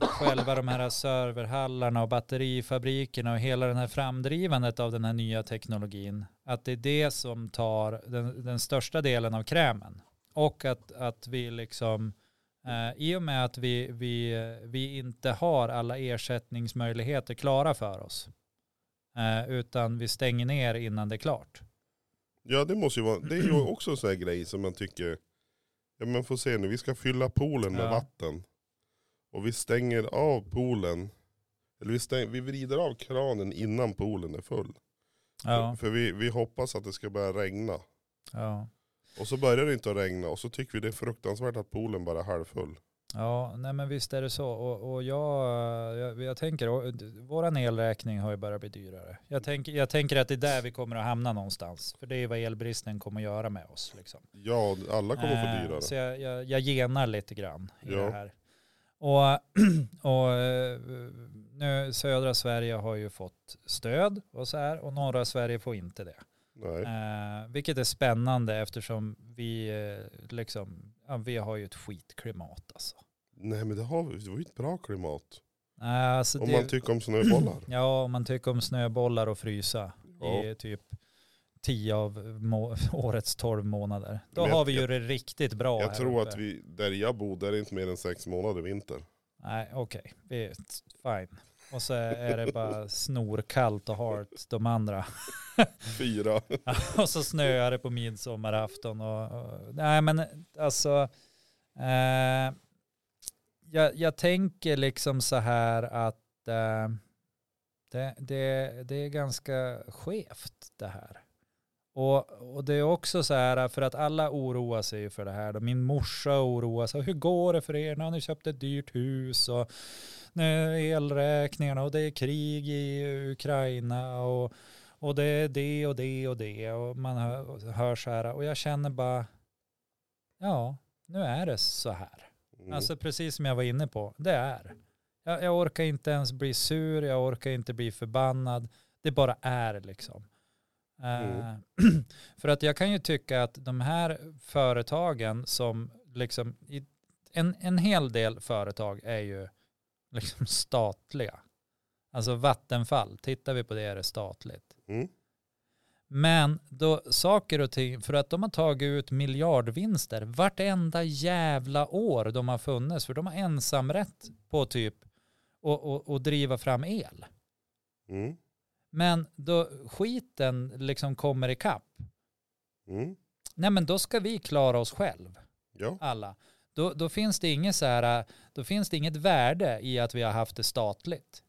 själva de här serverhallarna och batterifabrikerna och hela den här framdrivandet av den här nya teknologin, att det är det som tar den, den största delen av krämen. Och att, att vi liksom, eh, i och med att vi, vi, eh, vi inte har alla ersättningsmöjligheter klara för oss, eh, utan vi stänger ner innan det är klart. Ja det måste ju vara, det är ju också en sån här grej som man tycker, ja men får se nu, vi ska fylla poolen med Ja. vatten. Och vi stänger av poolen, eller vi, stäng, vi vrider av kranen innan poolen är full. Ja, För vi, vi hoppas att det ska börja regna. ja. Och så börjar det inte att regna och så tycker vi det är fruktansvärt att poolen bara är halvfull. ja nej men visst är det så. Och, och jag, eh, jag, jag tänker, och d- våran elräkning har ju börjat bli dyrare. Jag tänker, jag tänker att det är där vi kommer att hamna någonstans. För det är vad elbristen kommer att göra med oss. Liksom. Ja, alla kommer att Eh, få dyrare. Så jag, jag, jag genar lite grann i Ja. det här. Och, och eh, nu, södra Sverige har ju fått stöd och så här och norra Sverige får inte det. Nej. Eh, vilket är spännande eftersom vi, eh, liksom, ja, vi har ju ett skitklimat alltså. Nej men det, har, vi- det var ju ett bra klimat. Nej, Alltså Om det, man tycker om snöbollar. ja, om man tycker om snöbollar och frysa Ja. i typ 10 av må- årets 12 månader. Då Men jag- har vi ju det riktigt bra. Jag här tror uppe. att vi, där jag bor, där är det inte mer än sex månader vinter. Nej, okej. Vi är fine. Och så är det bara snorkallt och halt de andra. Fyra. och så snöar det på midsommarafton. Och, och, nej, men alltså. Eh, jag, jag tänker liksom så här att eh, det, det, det är ganska skevt det här. Och, och det är också så här, för att alla oroar sig ju för det här. då. Min morsa oroar sig. Hur går det för er? Nu har ni köpt ett dyrt hus och nu är elräkningarna och det är krig i Ukraina och, och det är det och det och det. Och man hör, hör så här och jag känner bara, ja, nu är det så här. Mm. Alltså precis som jag var inne på, det är. Jag, jag orkar inte ens bli sur, jag orkar inte bli förbannad. Det bara är liksom. Eh, för att jag kan ju tycka att de här företagen som liksom, i, en, en hel del företag är ju liksom statliga. Alltså Vattenfall, tittar vi på det är det statligt. Mm. Men då saker och ting, för att de har tagit ut miljardvinster vartenda jävla år de har funnits, för de har ensamrätt på typ och, och, och driva fram el. Mm. Men då skiten liksom kommer ikapp, Mm. nej men då ska vi klara oss själv, Ja. alla. Då, då, finns det inget så här, då finns det inget värde i att vi har haft det statligt.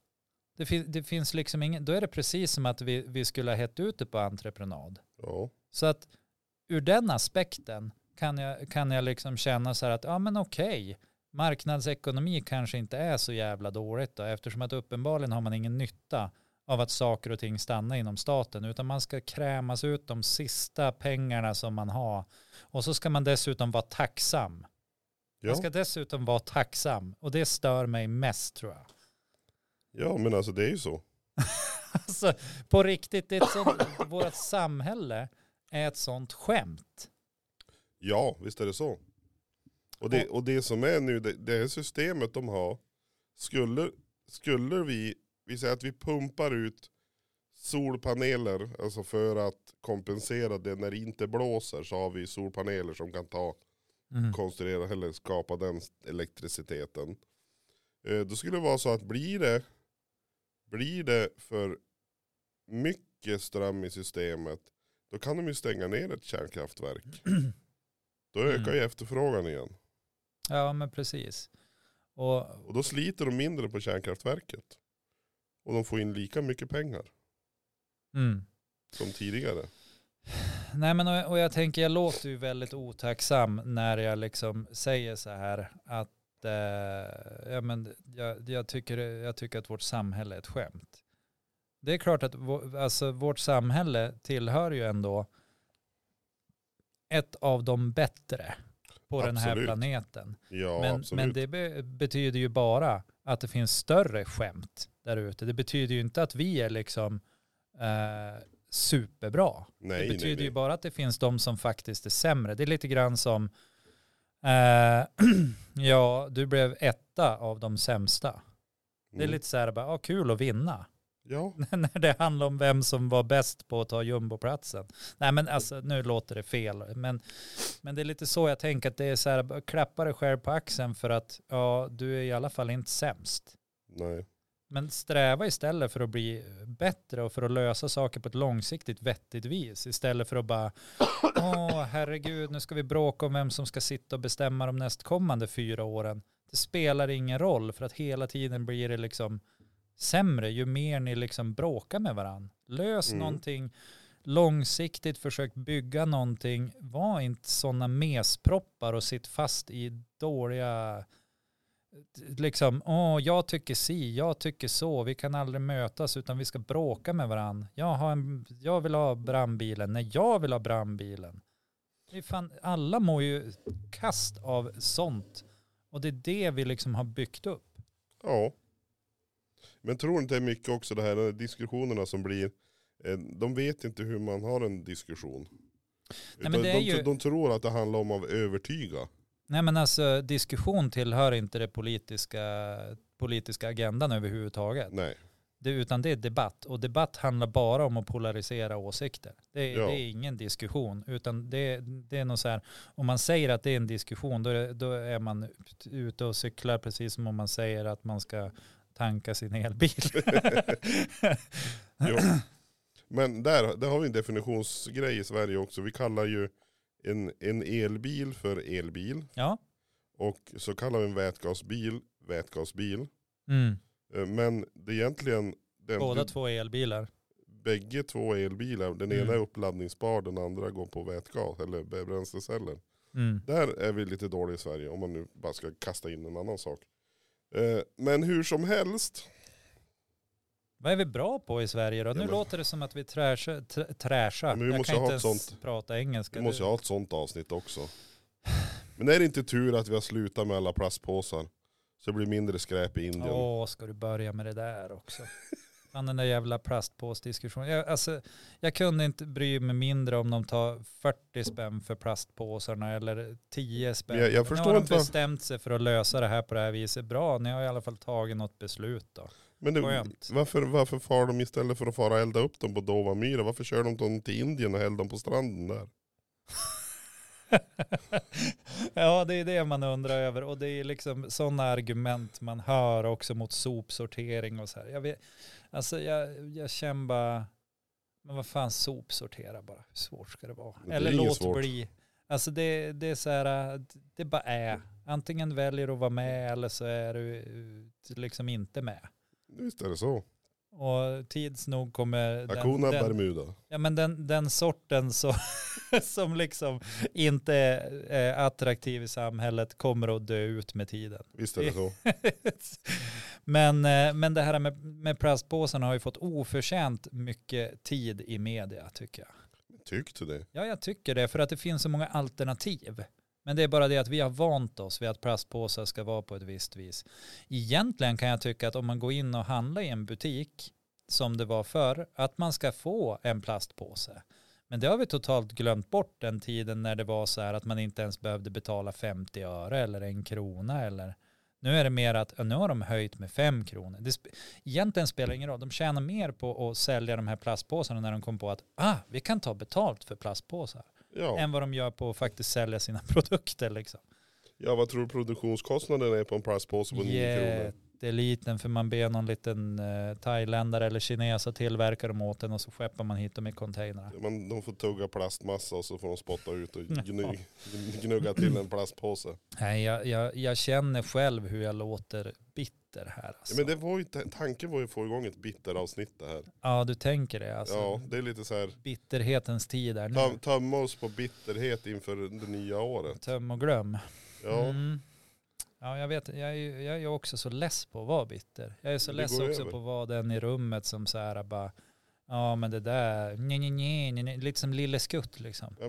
Det, fin, det finns liksom ingen, då är det precis som att vi, vi skulle ha hett ut det på entreprenad. ja. Så att ur den aspekten kan jag, kan jag liksom känna så här att ja men okej, marknadsekonomi kanske inte är så jävla dåligt då eftersom att uppenbarligen har man ingen nytta av att saker och ting stannar inom staten utan man ska krämas ut de sista pengarna som man har och så ska man dessutom vara tacksam. Man Ja. ska dessutom vara tacksam och det stör mig mest tror jag. ja, men alltså det är ju så. Alltså på riktigt, det är ett sånt, vårt samhälle är ett sånt skämt. Ja, visst är det så. Och det, och det som är nu, det, det här systemet de har, skulle, skulle vi, vi säger att vi pumpar ut solpaneler, alltså för att kompensera det när det inte blåser så har vi solpaneler som kan ta Mm. konstruera eller skapa den elektriciteten. Eh, Då skulle det vara så att blir det, blir det för mycket ström i systemet då kan de ju stänga ner ett kärnkraftverk. Då ökar Mm. ju efterfrågan igen. Ja, men precis. Och, Och då sliter de mindre på kärnkraftverket. Och de får in lika mycket pengar mm. som tidigare. Nej, men och, och jag tänker, jag låter ju väldigt otacksam när jag liksom säger så här att eh, ja, men jag, jag, tycker, jag tycker att vårt samhälle är ett skämt. Det är klart att vå- alltså, vårt samhälle tillhör ju ändå ett av de bättre på den här Absolut. planeten. Ja, men, absolut. men det be- betyder ju bara att det finns större skämt där ute. Det betyder ju inte att vi är liksom eh, superbra. det Nej, betyder nej, ju nej. bara att det finns de som faktiskt är sämre. Det är lite grann som, eh, ja, du blev etta av de sämsta. Det är Mm. lite så här, bara, ah, kul att vinna. Ja, När det handlar om vem som var bäst på att ta jumboplatsen. Nej men alltså, nu låter det fel. Men, men det är lite så jag tänker, att det är så här, bara klappa dig själv på axeln för att, ja, du är i alla fall inte sämst. nej. Men sträva istället för att bli bättre och för att lösa saker på ett långsiktigt vettigt vis. Istället för att bara, åh herregud, nu ska vi bråka om vem som ska sitta och bestämma de nästkommande fyra åren. Det spelar ingen roll för att hela tiden blir det liksom sämre ju mer ni liksom bråkar med varandra. Lös Mm. någonting långsiktigt, försök bygga någonting. Var inte sådana mesproppar och sitt fast i dåliga liksom, åh, jag tycker si, jag tycker så, vi kan aldrig mötas utan vi ska bråka med varandra. Jag, har en, jag vill ha brandbilen, nej jag vill ha brandbilen. Det är fan, alla mår ju kast av sånt och det är det vi liksom har byggt upp. Ja. Men tror du inte det är mycket också det här de diskussionerna som blir, eh, de vet inte hur man har en diskussion. men Utan det är de, ju- de tror att det handlar om att övertyga. Nej men alltså diskussion tillhör inte det politiska, politiska agendan överhuvudtaget. Nej. Det, utan det är debatt och debatt handlar bara om att polarisera åsikter. Det, är- Ja. det är ingen diskussion utan det, det är nog så här, om man säger att det är en diskussion då är, då är man ute och cyklar precis som om man säger att man ska tanka sin elbil. Jo. Men där, där har vi en definitionsgrej i Sverige också. Vi kallar ju en, en elbil för elbil ja, och så kallar vi en vätgasbil vätgasbil. mm. Eh, Men det är egentligen den, båda två är elbilar. bägge två är elbilar. Den Mm. ena är uppladdningsbar, den andra går på vätgas eller b- bränsleceller. Mm. Där är vi lite dåliga i Sverige om man nu bara ska kasta in en annan sak. Eh, Men hur som helst, Vad är vi bra på i Sverige då? Nu men- låter det som att vi träscha. tr- träscha. Men vi Jag måste kan ha inte ett ens sånt. prata engelska. vi måste ju ha ett sånt avsnitt också. Men är det inte tur att vi har slutat med alla plastpåsar? Så det blir mindre skräp i Indien. Åh, ska du börja med det där också? Fan den där jävla plastpåsdiskussionen. Jag, alltså, jag kunde inte bry mig mindre om de tar 40 spänn för plastpåsarna eller 10 spänn. Men jag- jag förstår nu har inte de vad- bestämt sig för att lösa det här på det här viset. Bra, ni har i alla fall tagit något beslut då. Men det, Skönt. varför, varför far de istället för att fara och elda upp dem på Dovamyra? Varför kör de dem till Indien och eldar dem på stranden där? ja, det är det man undrar över. Och det är liksom sådana argument man hör också mot sopsortering och så här. Jag, vet, alltså jag, jag känner bara, men vad fan sopsortera bara. Hur svårt ska det vara? Det är Eller inget låt svårt. bli. Alltså det, det är så här, äh, det bara är. Antingen väljer du att vara med eller så är du äh, liksom inte med. Visst är det så. Och tids nog kommer den, Hakuna den, Bermuda. Ja men den, den sorten så, som liksom inte är är attraktiv i samhället kommer att dö ut med tiden. Visst är det så. men, eh, men det här med, med plastpåsarna har ju fått oförtjänt mycket tid i media tycker jag. Tyckte det. Ja jag tycker det för att det finns så många alternativ. Men det är bara det att vi har vant oss vid att plastpåsar ska vara på ett visst vis. Egentligen kan jag tycka att om man går in och handlar i en butik som det var förr, att man ska få en plastpåse. Men det har vi totalt glömt bort den tiden när det var så här att man inte ens behövde betala 50 öre eller en krona eller nu är det mer att ja, nu har de höjt med 5 kronor. Det sp- Egentligen spelar det ingen roll. De tjänar mer på att sälja de här plastpåsarna när de kom på att ah, vi kan ta betalt för plastpåsar Ja. än vad de gör på att faktiskt sälja sina produkter. Liksom. ja, vad tror du produktionskostnaden är på en plastpåse på 9 kronor? Jätteliten för man ber någon liten eh, thailändare eller kines att tillverka dem åt en och så skeppar man hit dem i containrar. Man, de får tugga plastmassa och så får de spotta ut och Ja. gny, gnugga till en plastpåse. Nej, jag, jag, jag känner själv hur jag låter bitter här. Alltså. Ja, Ja, men det var ju, tanken var ju att få igång ett bitteravsnitt det här. du tänker det. Alltså. Mm. Ja, det är lite så här. Bitterhetens tid är nu. Töm, tömma oss på bitterhet inför det nya året. Töm och glöm. Ja. Mm. Ja, jag vet, jag är, ju- jag är ju också så less på att vara bitter. Jag är så Det less går också över. på att vara den i rummet som så här bara, ja men det där, nej nej nej, nej, nej. lite som Lille Skutt liksom. Ja.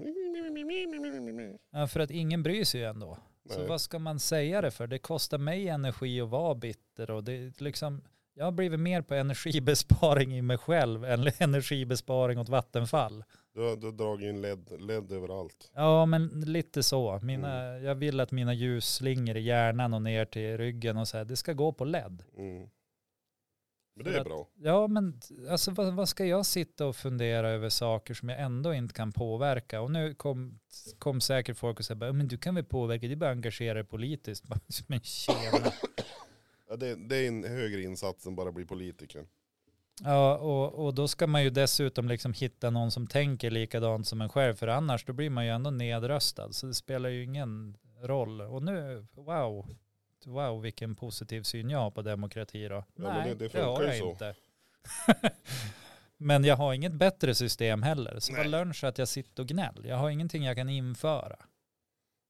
Ja, för att ingen bryr sig ju ändå. Så Nej. vad ska man säga det för? Det kostar mig energi att vara bitter och det är liksom, Jag har blivit mer på energibesparing i mig själv än energibesparing åt Vattenfall. Du har, du har dragit in LED, LED överallt. Ja, men lite så. Mina, Mm. Jag vill att mina ljus slingar i hjärnan och ner till ryggen och så här. Det ska gå på LED. Mm. Men det För är att- bra. Ja, men alltså, vad, vad ska jag sitta och fundera över saker som jag ändå inte kan påverka? Och nu kom, kom säkert folk och sa, bara, men du kan väl påverka, det är bara att engagera dig politiskt. Bara, Men tjena. Ja, det, det är en högre insats än bara bli politiker. Ja, och, och då ska man ju dessutom liksom hitta någon som tänker likadant som en själv, för annars då blir man ju ändå nedröstad, så det spelar ju ingen roll. Och nu, wow, wow vilken positiv syn jag har på demokrati då. men det- det funkar har ju jag så. inte. men jag har inget bättre system heller, så Nej. vad lunch att jag sitter och gnäll. Jag har ingenting jag kan införa.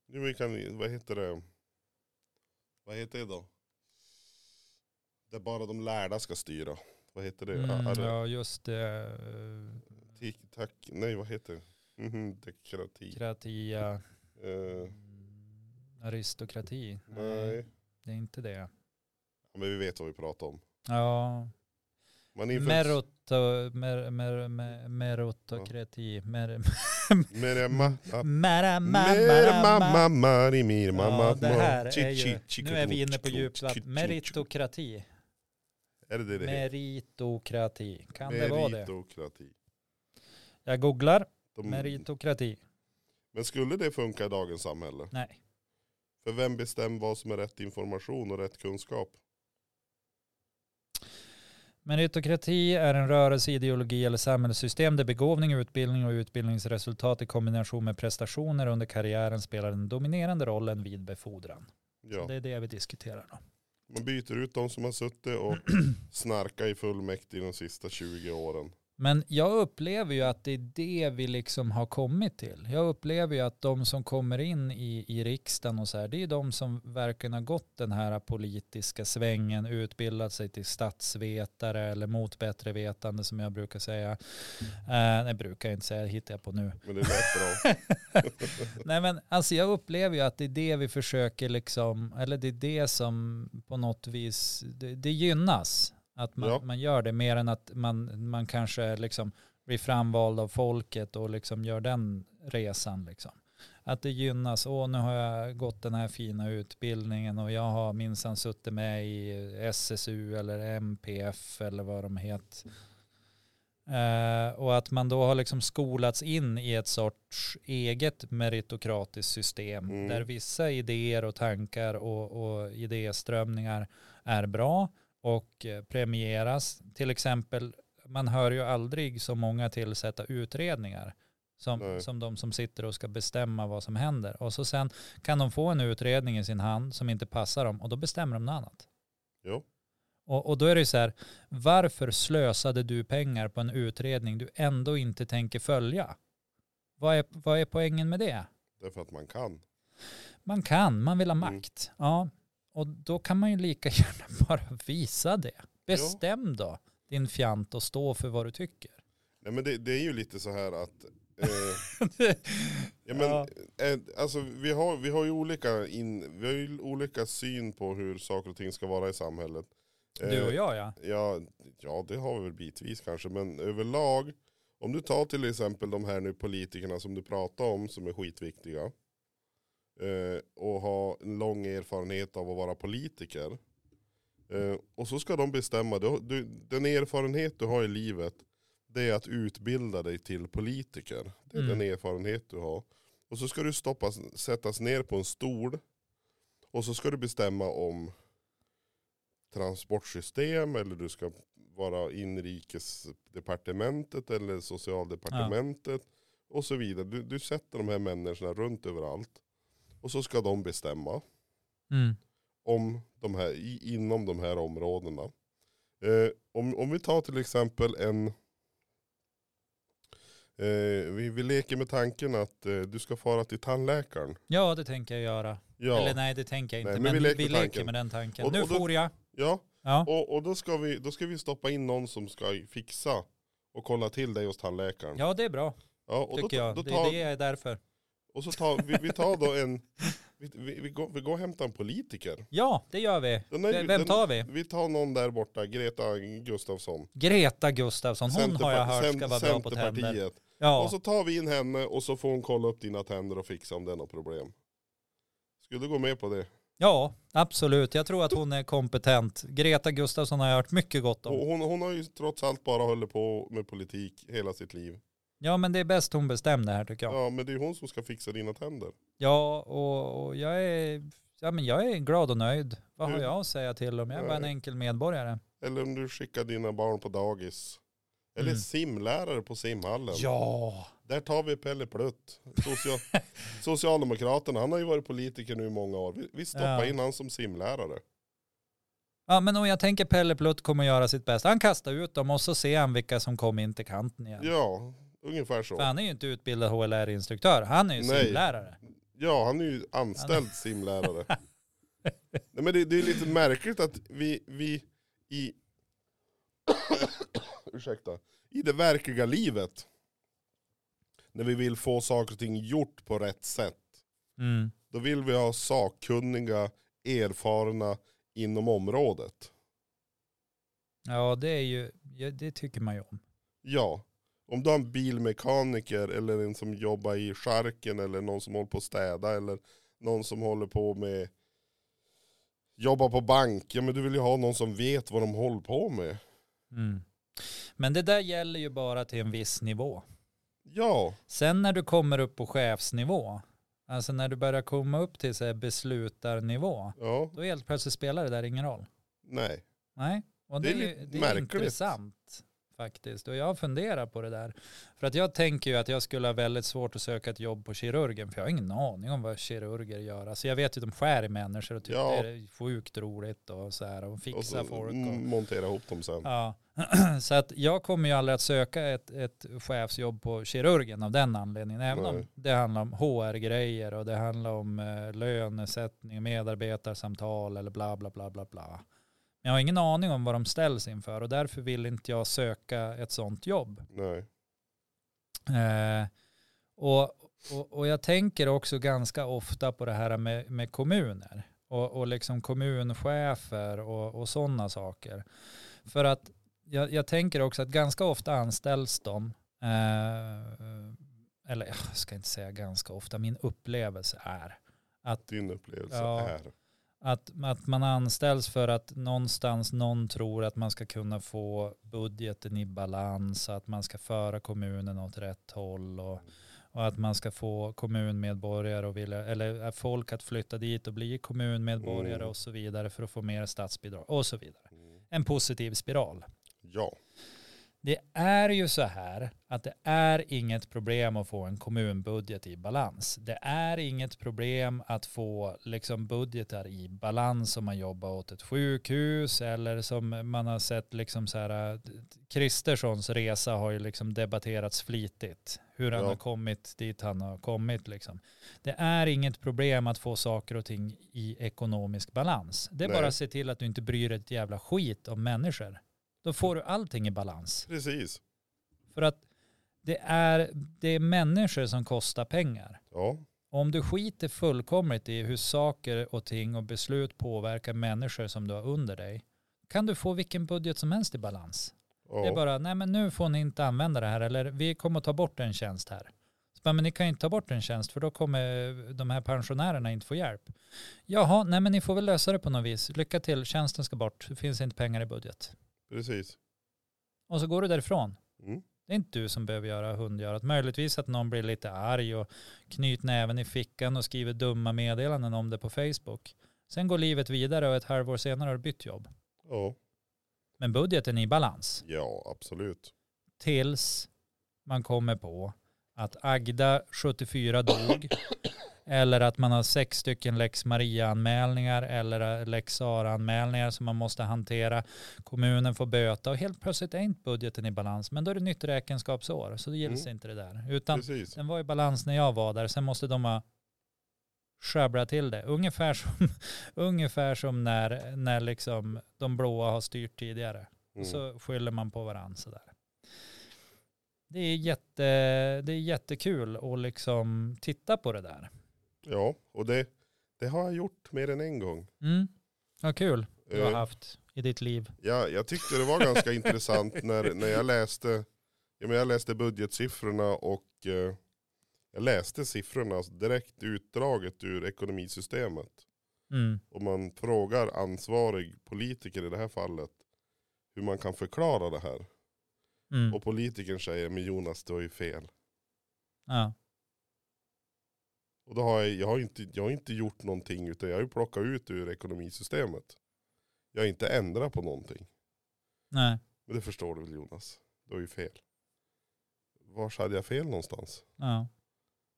Nu vi kan, vad heter det? Vad heter det då? Där bara de lärda ska styra. Vad heter det? Mm, Är det ja, just det. tik, tack, nej vad heter det? Mhm, Demokrati. Demokrati, eh, Eh, aristokrati. nej. det är inte det. Ja, men vi vet vad vi pratar om. Ja, Man inför- Meroto, mer, mer, mer, merotokrati. Mer, Mer Mm. mamma. mera, mamma, Mer mamma. mamma, mari, mir, mamma. Ja, det här Chi, är ju, chi, chi, nu är vi inne på chi, djupt chi, chi, chi. vatten. Meritokrati. Är det det det heter? Meritokrati. Kan det vara det? Meritokrati. Jag googlar De- meritokrati. Men skulle det funka i dagens samhälle? Nej. För vem bestämmer vad som är rätt information och rätt kunskap? Meritokrati är en rörelse, ideologi eller samhällssystem där begåvning, utbildning och utbildningsresultat i kombination med prestationer under karriären spelar den dominerande rollen vid befordran. Ja. Det är det vi diskuterar då. Man byter ut de som har suttit och snarkat i fullmäktige de sista 20 åren. Men jag upplever ju att det är det vi liksom har kommit till. Jag upplever ju att de som kommer in i, i riksdagen och så här, det är de som verkligen har gått den här politiska svängen, utbildat sig till statsvetare eller mot bättre vetande som jag brukar säga. Eh, nej, brukar jag inte säga, det hittar jag på nu. Men det lät bra. Nej men alltså jag upplever ju att det är det vi försöker liksom, eller det är det som på något vis, det, det gynnas. Att man, Ja. man gör det mer än att man, man kanske liksom blir framvald av folket och liksom gör den resan liksom. Att det gynnas, åh nu har jag gått den här fina utbildningen och jag har minsann suttit med i SSU eller MPF eller vad de heter. Eh, och att man då har liksom skolats in i ett sorts eget meritokratiskt system Mm. där vissa idéer och tankar och, och idéströmningar är bra och eh, premieras. Till exempel, man hör ju aldrig så många tillsätta utredningar som, Nej. som de som sitter och ska bestämma vad som händer. Och så sen kan de få en utredning i sin hand som inte passar dem och då bestämmer de något annat. Jo. Och, och då är det ju så här, varför slösade du pengar på en utredning du ändå inte tänker följa? Vad är, vad är poängen med det? Därför att man kan. Man kan, man vill ha Mm. makt. Ja, och då kan man ju lika gärna bara visa det. Bestäm då din fjant och stå för vad du tycker. Nej men det, det är ju lite så här att eh, Ja, men, Ja. eh, Alltså, vi, har, vi, har ju olika in, vi har ju olika syn på hur saker och ting ska vara i samhället. Eh. du och jag ja. Ja, ja, det har vi väl bitvis kanske, men överlag, om du tar till exempel de här nu politikerna som du pratar om som är skitviktiga eh, och har en lång erfarenhet av att vara politiker. Eh, och så ska de bestämma, du, du, den erfarenhet du har i livet det är att utbilda dig till politiker. Det är Mm. den erfarenhet du har. Och så ska du stoppas, sättas ner på en stol och så ska du bestämma om transportsystem eller du ska vara inrikesdepartementet eller socialdepartementet och så vidare. Du, du sätter de här människorna runt överallt och så ska de bestämma Mm. om de här, i, inom de här områdena. Eh, om, om vi tar till exempel en, eh, vi, vi leker med tanken att eh, du ska fara till tandläkaren. Ja, det tänker jag göra. Ja, Eller nej, det tänker jag inte. Nej, men men vi vi, leker vi med leker tanken. med den tanken. Och- nu och då- for jag. ja. Ja. Och, och då, ska vi, då ska vi stoppa in någon som ska fixa och kolla till dig hos tandläkaren. ja, det är bra Ja, och då, tycker jag. Då det är tar, det jag är där för. och så tar vi, vi tar då en, Vi, vi, vi, går, vi går och hämtar en politiker. Ja, det gör vi. Den är- Vem den- tar vi? Vi tar någon där borta, Greta Gustafsson. Greta Gustafsson, hon har jag Centerpa- hört ska Cent- vara bra på tänder. Centerpartiet. Och Ja, så tar vi in henne och så får hon kolla upp dina tänder och fixa om det är något problem. Skulle du gå med på det? ja, absolut. Jag tror att hon är kompetent. Greta Gustafsson har jag hört mycket gott Och om. hon, hon har ju trots allt bara hållit på med politik hela sitt liv. Ja, men det är bäst hon bestämde här tycker jag. Ja, men det är ju hon som ska fixa dina tänder. Ja, och, och jag, är, ja, men jag är glad och nöjd. Vad har Mm. jag att säga till om? Jag är bara en Nej. enkel medborgare. Eller om du skickar dina barn på dagis. Eller Mm. simlärare på simhallen. Ja, Där tar vi Pelle Plutt. Socia- Socialdemokraterna, han har ju varit politiker nu i många år. Vi, vi stoppar Ja. in han som simlärare. ja men och jag tänker Pelle Plutt kommer göra sitt bästa. Han kastar ut dem och så ser han vilka som kom in till kanten igen. Ja, ungefär För så. han är ju inte utbildad HLR-instruktör, han är ju Nej. simlärare. Ja, han är ju anställd simlärare. Nej, men det, det är lite märkligt att vi, vi i, ursäkta, i det verkliga livet, när vi vill få saker och ting gjort på rätt sätt, Mm. då vill vi ha sakkunniga, erfarna inom området. Ja, det är ju, ja, det tycker man ju om. Ja. Om du har en bilmekaniker eller en som jobbar i charken eller någon som håller på att städa eller någon som håller på med jobbar på bank. Ja men du vill ju ha någon som vet vad de håller på med. Mm. Men det där gäller ju bara till en viss nivå. Ja, Sen när du kommer upp på chefsnivå, alltså när du börjar komma upp till så här beslutarnivå, ja, då helt plötsligt spelar det där ingen roll. nej. Nej, och det, Det är är, ju, lite det är märkligt. intressant faktiskt. Och jag funderar på det där. För att jag tänker ju att jag skulle ha väldigt svårt att söka ett jobb på kirurgen, för jag har ingen aning om vad kirurger gör. Alltså jag vet ju att de skär i människor och tycker Ja. det är sjukt roligt och så här, och Och fixar så mm. folk. Och, m- montera ihop dem sen. Ja, så att jag kommer ju aldrig att söka ett, ett chefsjobb på kirurgen av den anledningen. Även om Nej. det handlar om HR-grejer och det handlar om eh, lönesättning, medarbetarsamtal eller bla bla bla bla bla. Men jag har ingen aning om vad de ställs inför och därför vill inte jag söka ett sånt jobb. Nej. Eh, och, och, och jag tänker också ganska ofta på det här med, med kommuner och, och liksom kommunchefer och, och sådana saker. För att jag, jag tänker också att ganska ofta anställs de, eh, eller jag ska inte säga ganska ofta, min upplevelse är att, Din upplevelse Ja. är. att, att man anställs för att någonstans någon tror att man ska kunna få budgeten i balans, att man ska föra kommunen åt rätt håll och och att man ska få kommunmedborgare och vilja, eller folk att flytta dit och bli kommunmedborgare Mm. och så vidare för att få mer statsbidrag och så vidare. Mm. En positiv spiral. Ja, Det är ju så här att det är inget problem att få en kommunbudget i balans. Det är inget problem att få liksom budgetar i balans om man jobbar åt ett sjukhus eller som man har sett liksom så här eh, Kristerssons resa har ju liksom debatterats flitigt. Hur han Ja. har kommit dit han har kommit liksom. Det är inget problem att få saker och ting i ekonomisk balans. Det är Nej. bara att se till att du inte bryr dig ett jävla skit om människor. Då får du allting i balans. precis. För att det är, det är människor som kostar pengar. Ja, Om du skiter fullkomligt i hur saker och ting och beslut påverkar människor som du har under dig, kan du få vilken budget som helst i balans. Det är ja. bara, nej men nu får ni inte använda det här eller vi kommer att ta bort en tjänst här. Så bara, men ni kan ju inte ta bort en tjänst för då kommer de här pensionärerna inte få hjälp. Jaha, nej men ni får väl lösa det på något vis. Lycka till, tjänsten ska bort, det finns inte pengar i budget. precis. Och så går du därifrån. Mm. Det är inte du som behöver göra hundgörat. Möjligtvis att någon blir lite arg och knyter näven i fickan och skriver dumma meddelanden om det på Facebook. Sen går livet vidare och ett halvår senare har du bytt jobb. Ja. Men budgeten är i balans. ja, absolut. Tills man kommer på att Agda, 74, dog. Eller att man har sex stycken lex Maria-anmälningar eller eh, lex Sara-anmälningar som man måste hantera. Kommunen får böta och helt plötsligt är inte budgeten i balans. Men då är det nytt räkenskapsår så då gills Mm. inte det där. Utan Precis. den var i balans när jag var där. Sen måste de ha sjabblat till det. Ungefär som, ungefär som när, när liksom de blåa har styrt tidigare. Och Mm. så skyller man på varandra sådär. Det är, jätte, det är jättekul att liksom titta på det där. Ja, och det, Det har jag gjort mer än en gång. Mm. Vad kul du har Eh, haft i ditt liv. Ja, jag tyckte det var ganska intressant när, när jag läste ja, men jag läste budgetsiffrorna och eh, jag läste siffrorna direkt utdraget ur ekonomisystemet. Mm. Om man frågar ansvarig politiker i det här fallet hur man kan förklara det här. Mm. Och politikern säger, men Jonas du har ju fel. Ja. Och då har jag, jag, har inte, jag har inte gjort någonting utan jag har ju plockat ut ur ekonomisystemet. Jag har inte ändrat på någonting. Nej. Men det förstår du väl Jonas? Du har ju fel. Vars hade jag fel någonstans? Ja.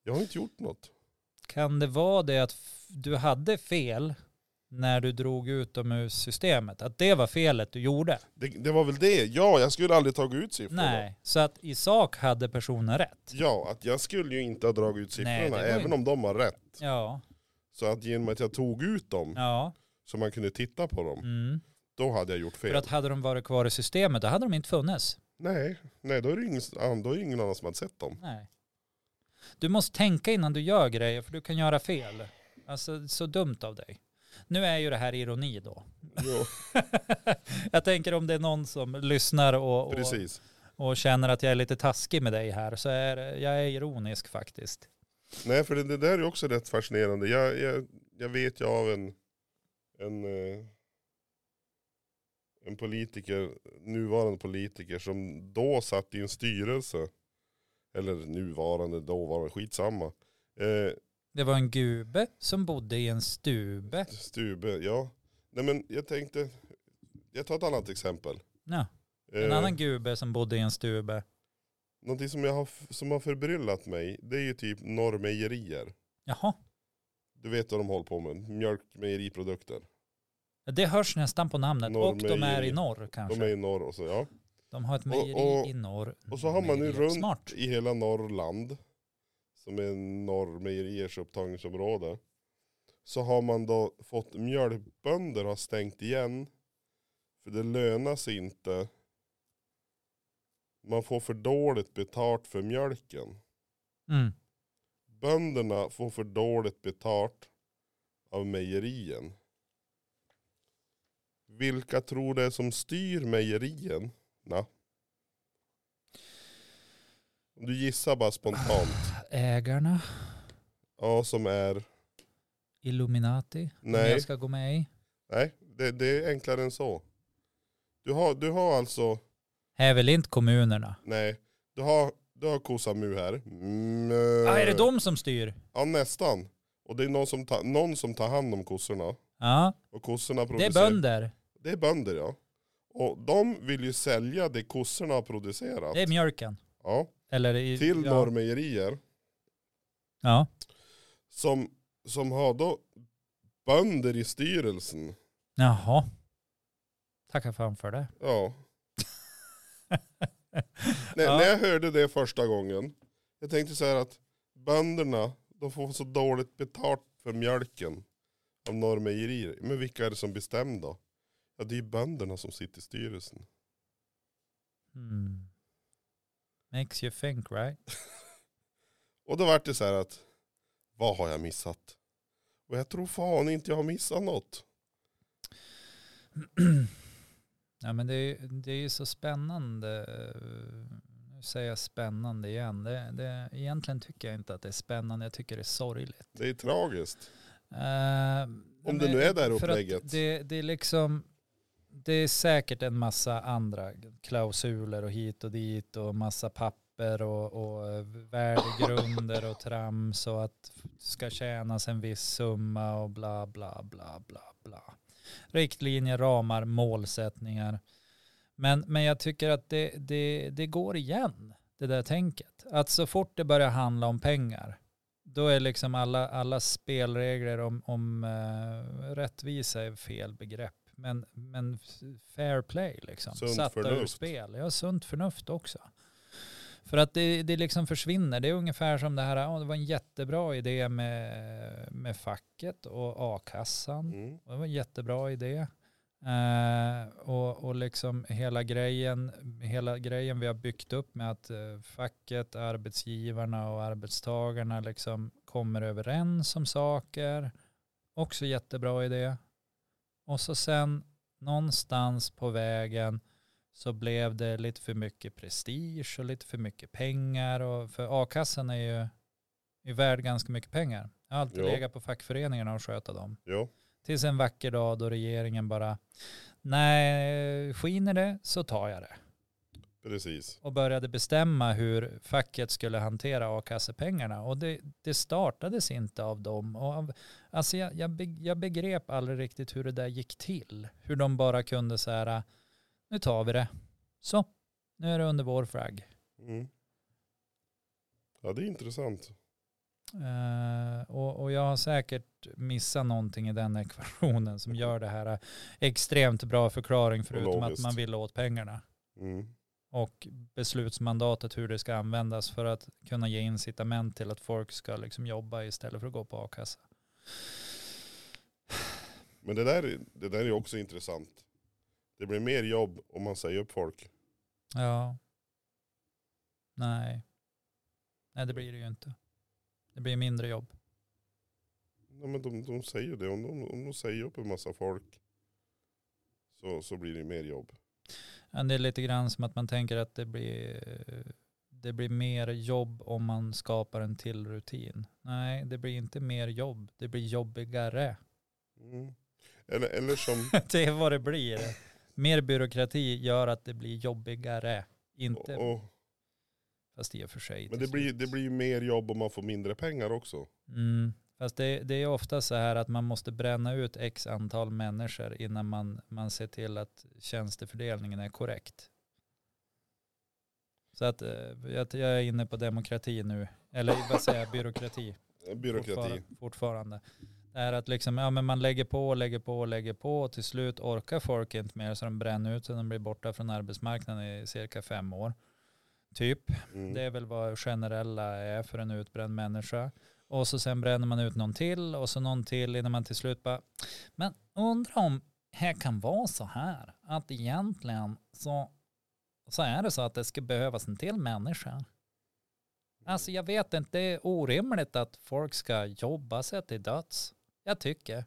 Jag har inte gjort något. Kan det vara det att f- du hade fel när du drog utomhussystemet? Att det var felet du gjorde? Det, det var väl det. Ja, jag skulle aldrig tagit ut siffrorna. Nej, så att i sak hade personen rätt. Ja, att jag skulle ju inte ha dragit ut Nej, siffrorna det var även ju- om de har rätt. Ja, Så att genom att jag tog ut dem ja. så man kunde titta på dem, Mm. då hade jag gjort För fel. att hade de varit kvar i systemet då hade de inte funnits. Nej, nej då, är det ingen, an- då är det ingen annan som hade sett dem. Nej. Du måste tänka innan du gör grejer för du kan göra fel. Alltså så dumt av dig. Nu är ju det här ironi då. Jo, jag tänker om det är någon som lyssnar och, och, precis. och känner att jag är lite taskig med dig här så är det- jag är ironisk faktiskt. Nej, för det, det där är också rätt fascinerande. Jag, jag, jag vet ju av en, en, eh, en politiker, nuvarande politiker som då satt i en styrelse, eller nuvarande, dåvarande, skitsamma. Eh, Det var en gube som bodde i en stube. Stube, ja. Nej men jag tänkte, jag tar ett annat exempel. Ja, en Eh, annan gube som bodde i en stube. Någonting som, jag har, som har förbryllat mig, det är ju typ norrmejerier. Jaha, Du vet vad de håller på med, mjölkmejeriprodukter. det hörs nästan på namnet. Och de är Norrmejeri. i norr kanske. De är i norr och så, ja. De har ett mejeri och- i norr. och så har man nu Mejeriet. runt- Smart. I hela Norrland, som är norrmejeriers upptagningsområde, så har man då fått mjölkbönder har stängt igen. För det lönar sig inte. Man får för dåligt betalt för mjölken. Mm. bönderna får för dåligt betalt av mejerien. Vilka tror det är som styr mejerien? Na. Om du gissar bara spontant. Ägarna, Ja, som är... Illuminati, Nej. Nej. jag ska gå med i. Nej, det, det är enklare än så. Du har, du har alltså... Här är väl inte kommunerna? Nej. Du har, du har Kosamu här. Mm, Ah, är det eh, de som styr? Ja, nästan. Och det är någon som, ta, någon som tar hand om kossorna. Ja, Och det kossorna är producerar... bönder. Det är bönder ja. Och de vill ju sälja det kossorna har producerat. Det är mjölken. Ja, Eller i, till ja. norrmejerier. Ja. Som, som har då bönder i styrelsen. Jaha. Tacka fan för det. Ja. när, Ja. när jag hörde det första gången. Jag tänkte så här att bönderna, de får så dåligt betalt för mjölken av norrmejerier. Men vilka är det som bestämmer då? Ja det är ju bönderna som sitter i styrelsen. Mm. Makes you think right? Och då vart det så här att, vad har jag missat? Och jag tror fan inte jag har missat något. ja, men det, är- det är ju så spännande. eh, Nu säger jag spännande igen. Det, det, egentligen tycker jag inte att det är spännande. Jag tycker det är sorgligt. Det är tragiskt. Eh, Om men- det nu är det här för att upplägget. Det, det är liksom, det är säkert en massa andra klausuler och hit och dit och massa papper och, och värdegrunder och trams och att ska tjänas en viss summa och bla bla bla bla bla. Riktlinjer, ramar, målsättningar. Men, men jag tycker att det, det, det går igen, det där tänket. Att så fort det börjar handla om pengar, då är liksom alla, alla spelregler om, om eh, rättvisa är fel begrepp. Men, men fair play liksom. Sunt Satta ur förnuft. spel. Ja, sunt förnuft också. För att det, det liksom försvinner. Det är ungefär som det här, ja, det var en jättebra idé med, med facket och a-kassan. Mm. Det var en jättebra idé. Eh, och, och liksom hela grejen, hela grejen vi har byggt upp med att eh, facket, arbetsgivarna och arbetstagarna liksom kommer överens om saker Också jättebra idé. Och så sen någonstans på vägen så blev det lite för mycket prestige och lite för mycket pengar. Och för a-kassan är ju är värd ganska mycket pengar. Jag har alltid Ja. legat på fackföreningarna och sköta dem. Ja, Tills en vacker dag då regeringen bara, nej, skiner det så tar jag det precis. och började bestämma hur facket skulle hantera a-kassepengarna. Och det, det startades inte av dem. Och av, alltså jag, jag, be, jag begrep aldrig riktigt hur det där gick till. Hur de bara kunde så här, nu tar vi det. Så, nu är det under vår flagg. Mm. Ja, det är intressant. Eh, och, och jag har säkert missat någonting i den ekvationen som gör det här eh, extremt bra förklaring förutom att Logiskt. man vill åt pengarna. Mm. och beslutsmandatet hur det ska användas för att kunna ge incitament till att folk ska liksom jobba istället för att gå på a-kassa. Men det där, det där är också intressant. Det blir mer jobb om man säger upp folk. Ja. Nej. Nej, det blir det ju inte. Det blir mindre jobb. Nej, men de, de säger ju det. Om de, om de säger upp en massa folk så, så blir det mer jobb. Men det är lite grann som att man tänker att det blir, det blir mer jobb om man skapar en till rutin. Nej, det blir inte mer jobb. Det blir jobbigare. Mm. Eller, eller som... det är vad det blir. Mer byråkrati gör att det blir jobbigare. Inte och, Fast i och för sig. till men det blir, slut. det blir mer jobb om man får mindre pengar också. Mm. Fast det, det är ofta så här att man måste bränna ut x antal människor innan man, man ser till att tjänstefördelningen är korrekt. Så att eh, jag, jag är inne på demokrati nu. Eller vad säger jag, byråkrati. Byråkrati. Fortfarande. fortfarande. Det är att liksom, ja, men man lägger på, lägger på, lägger på och till slut orkar folk inte mer så de bränner ut så de blir borta från arbetsmarknaden i cirka fem år. Typ. Mm. Det är väl vad generella är för en utbränd människa. Och så sen bränner man ut någon till och så någon till innan man till slut bara, men undrar om här kan vara så här att egentligen så, så är det så att det ska behövas en till människa. Alltså jag vet inte, det är orimligt att folk ska jobba sig till döds. Jag tycker.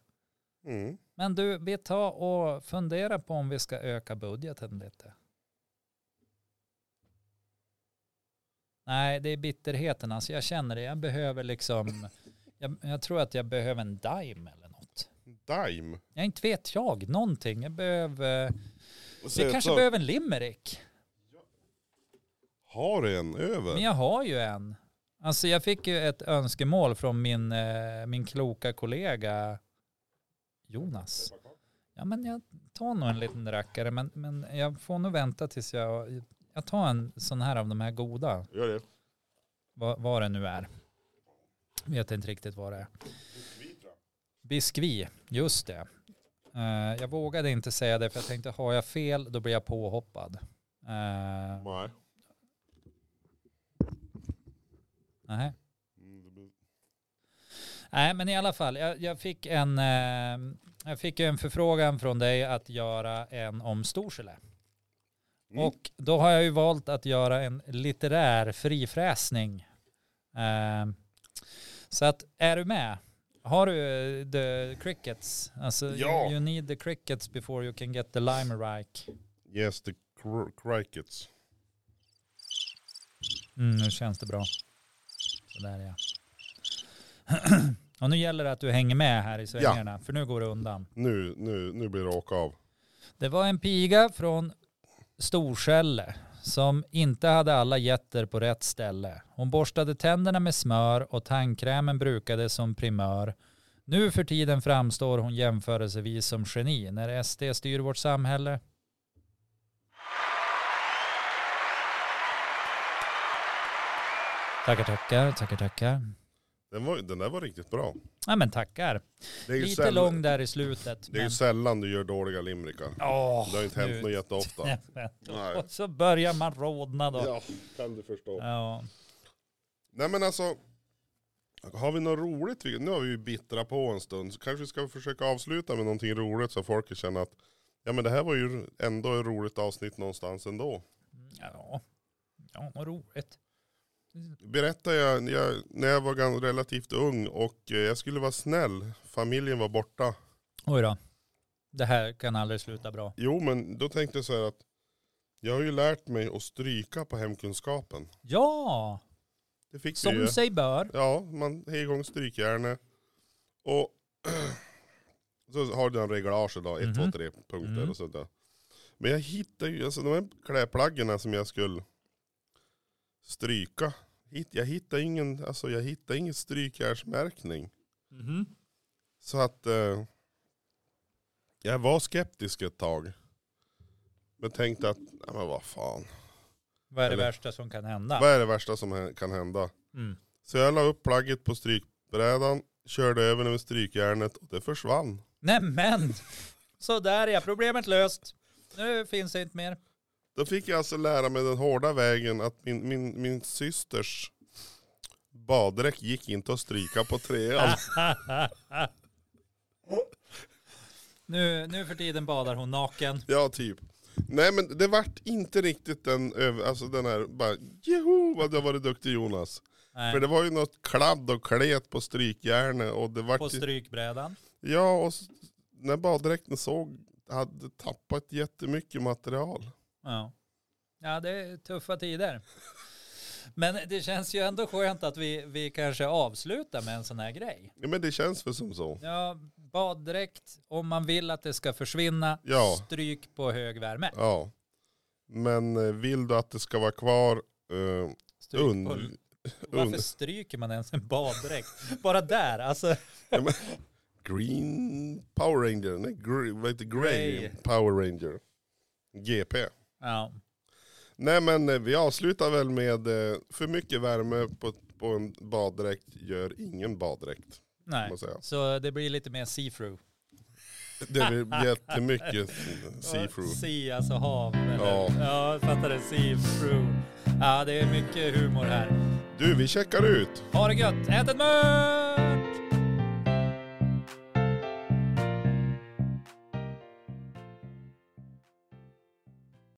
Mm. Men du, vi tar och funderar på om vi ska öka budgeten lite. Nej, det är bitterheten. Alltså jag känner det. Jag behöver liksom, jag, jag tror att jag behöver en dime eller något. Dime. Jag inte vet jag, någonting. Jag behöver, vi Säg kanske så. behöver en limerick. Har du en Men över? jag har ju en. Alltså jag fick ju ett önskemål från min, eh, min kloka kollega Jonas. Ja men jag tar nog en liten rackare men, men jag får nog vänta tills jag, jag tar en sån här av de här goda, Gör det. vad, vad det nu är. Vet inte riktigt vad det är. Biskvi, just det. Eh, jag vågade inte säga det för jag tänkte har jag fel då blir jag påhoppad. Eh, Nej. nej. Mm, det blir- Nej, men i alla fall, jag, jag, fick en, eh, jag fick ju en förfrågan från dig att göra en om Storsele. Mm. Och då har jag ju valt att göra en litterär frifräsning. Eh, så att, är du med? Har du eh, the crickets? Alltså, Ja. you, you need the crickets before you can get the lime rike. Yes, the cr- crickets. Mm, nu känns det bra. Sådär ja. Och nu gäller det att du hänger med här i svängarna, för nu går det undan. Nu, nu, nu blir det åka av. Det var en piga från Storskälle som inte hade alla getter på rätt ställe. Hon borstade tänderna med smör och tandkrämen brukades som primör. Nu för tiden framstår hon jämförelsevis som geni när SD styr vårt samhälle. Tackar, tackar, tackar, tackar. Den, var, den där var riktigt bra. Ja men tackar. Det är ju, Lite säll- lång där i slutet. det är ju men- sällan du gör dåliga limrikar. Åh, Det har inte nu- hänt något jätteofta. Nej, men- Nej. Och så börjar man rodna då. Ja, kan du förstå. Ja. Nej men alltså, har vi något roligt? vi- Nu har vi ju bittra på en stund, så kanske vi ska försöka avsluta med någonting roligt så folk känner att ja men det här var ju ändå ett roligt avsnitt någonstans ändå. Ja, ja vad roligt. berättar jag, jag när jag var gan- relativt ung och eh, jag skulle vara snäll. Familjen var borta. Oj då. Det här kan aldrig sluta bra. Jo men då tänkte jag så här att jag har ju lärt mig att stryka på hemkunskapen. Ja, Det fick vi som ju. sig bör. Ja, man har igång strykjärnet. Och så har du en reglage då, 1, 2, Mhm. 3 punkter Mm. och sånt där. Men jag hittade ju, alltså de här klädplaggen som jag skulle stryka. hit- Jag hittade ingen, alltså jag hittade ingen strykjärnsmärkning. Så att eh, jag var skeptisk ett tag. Men tänkte att, nej men vad fan. Vad är det Eller- värsta som kan hända? Vad är det värsta som hä- kan hända? Mm. Så jag la upp plagget på strykbrädan, körde över det med strykjärnet och det försvann. Nämen! Sådär ja, problemet löst. Nu finns det inte mer. Då fick jag alltså lära mig den hårda vägen att min, min, min systers baddräkt gick inte att stryka på trean. Nu, nu för tiden badar hon naken. ja, typ. Nej men det vart inte riktigt den, över- alltså den här bara joho vad du har varit duktig Jonas. För Nej, det var ju något kladd och klet på strykjärnet och det på vart ju, strykbrädan. Ja och s- när baddräkten såg hade tappat jättemycket material. Ja. ja, det är tuffa tider. Men det känns ju ändå skönt att vi, vi kanske avslutar med en sån här grej. Ja, men det känns väl som så. Ja, baddräkt, om man vill att det ska försvinna, Ja. stryk på hög värme. Ja. Men eh, vill du att det ska vara kvar, eh, Stryk Und- Typ på, varför stryker man ens en baddräkt? Bara där, alltså. green power ranger, nej gr- vad heter det? grey Grey. power ranger. GP. Ja, Nej men eh, vi avslutar väl med eh, för mycket värme på, på en baddräkt gör ingen baddräkt. nej. Kan man säga. Så det blir lite mer see-through. Det blir jättemycket see-through. Sea, alltså hav. Eller, Ja. ja. ja, jag fattar det. See-through. Ja, det är mycket humor här. Du vi checkar ut. Ha det gött! Ät ett mört!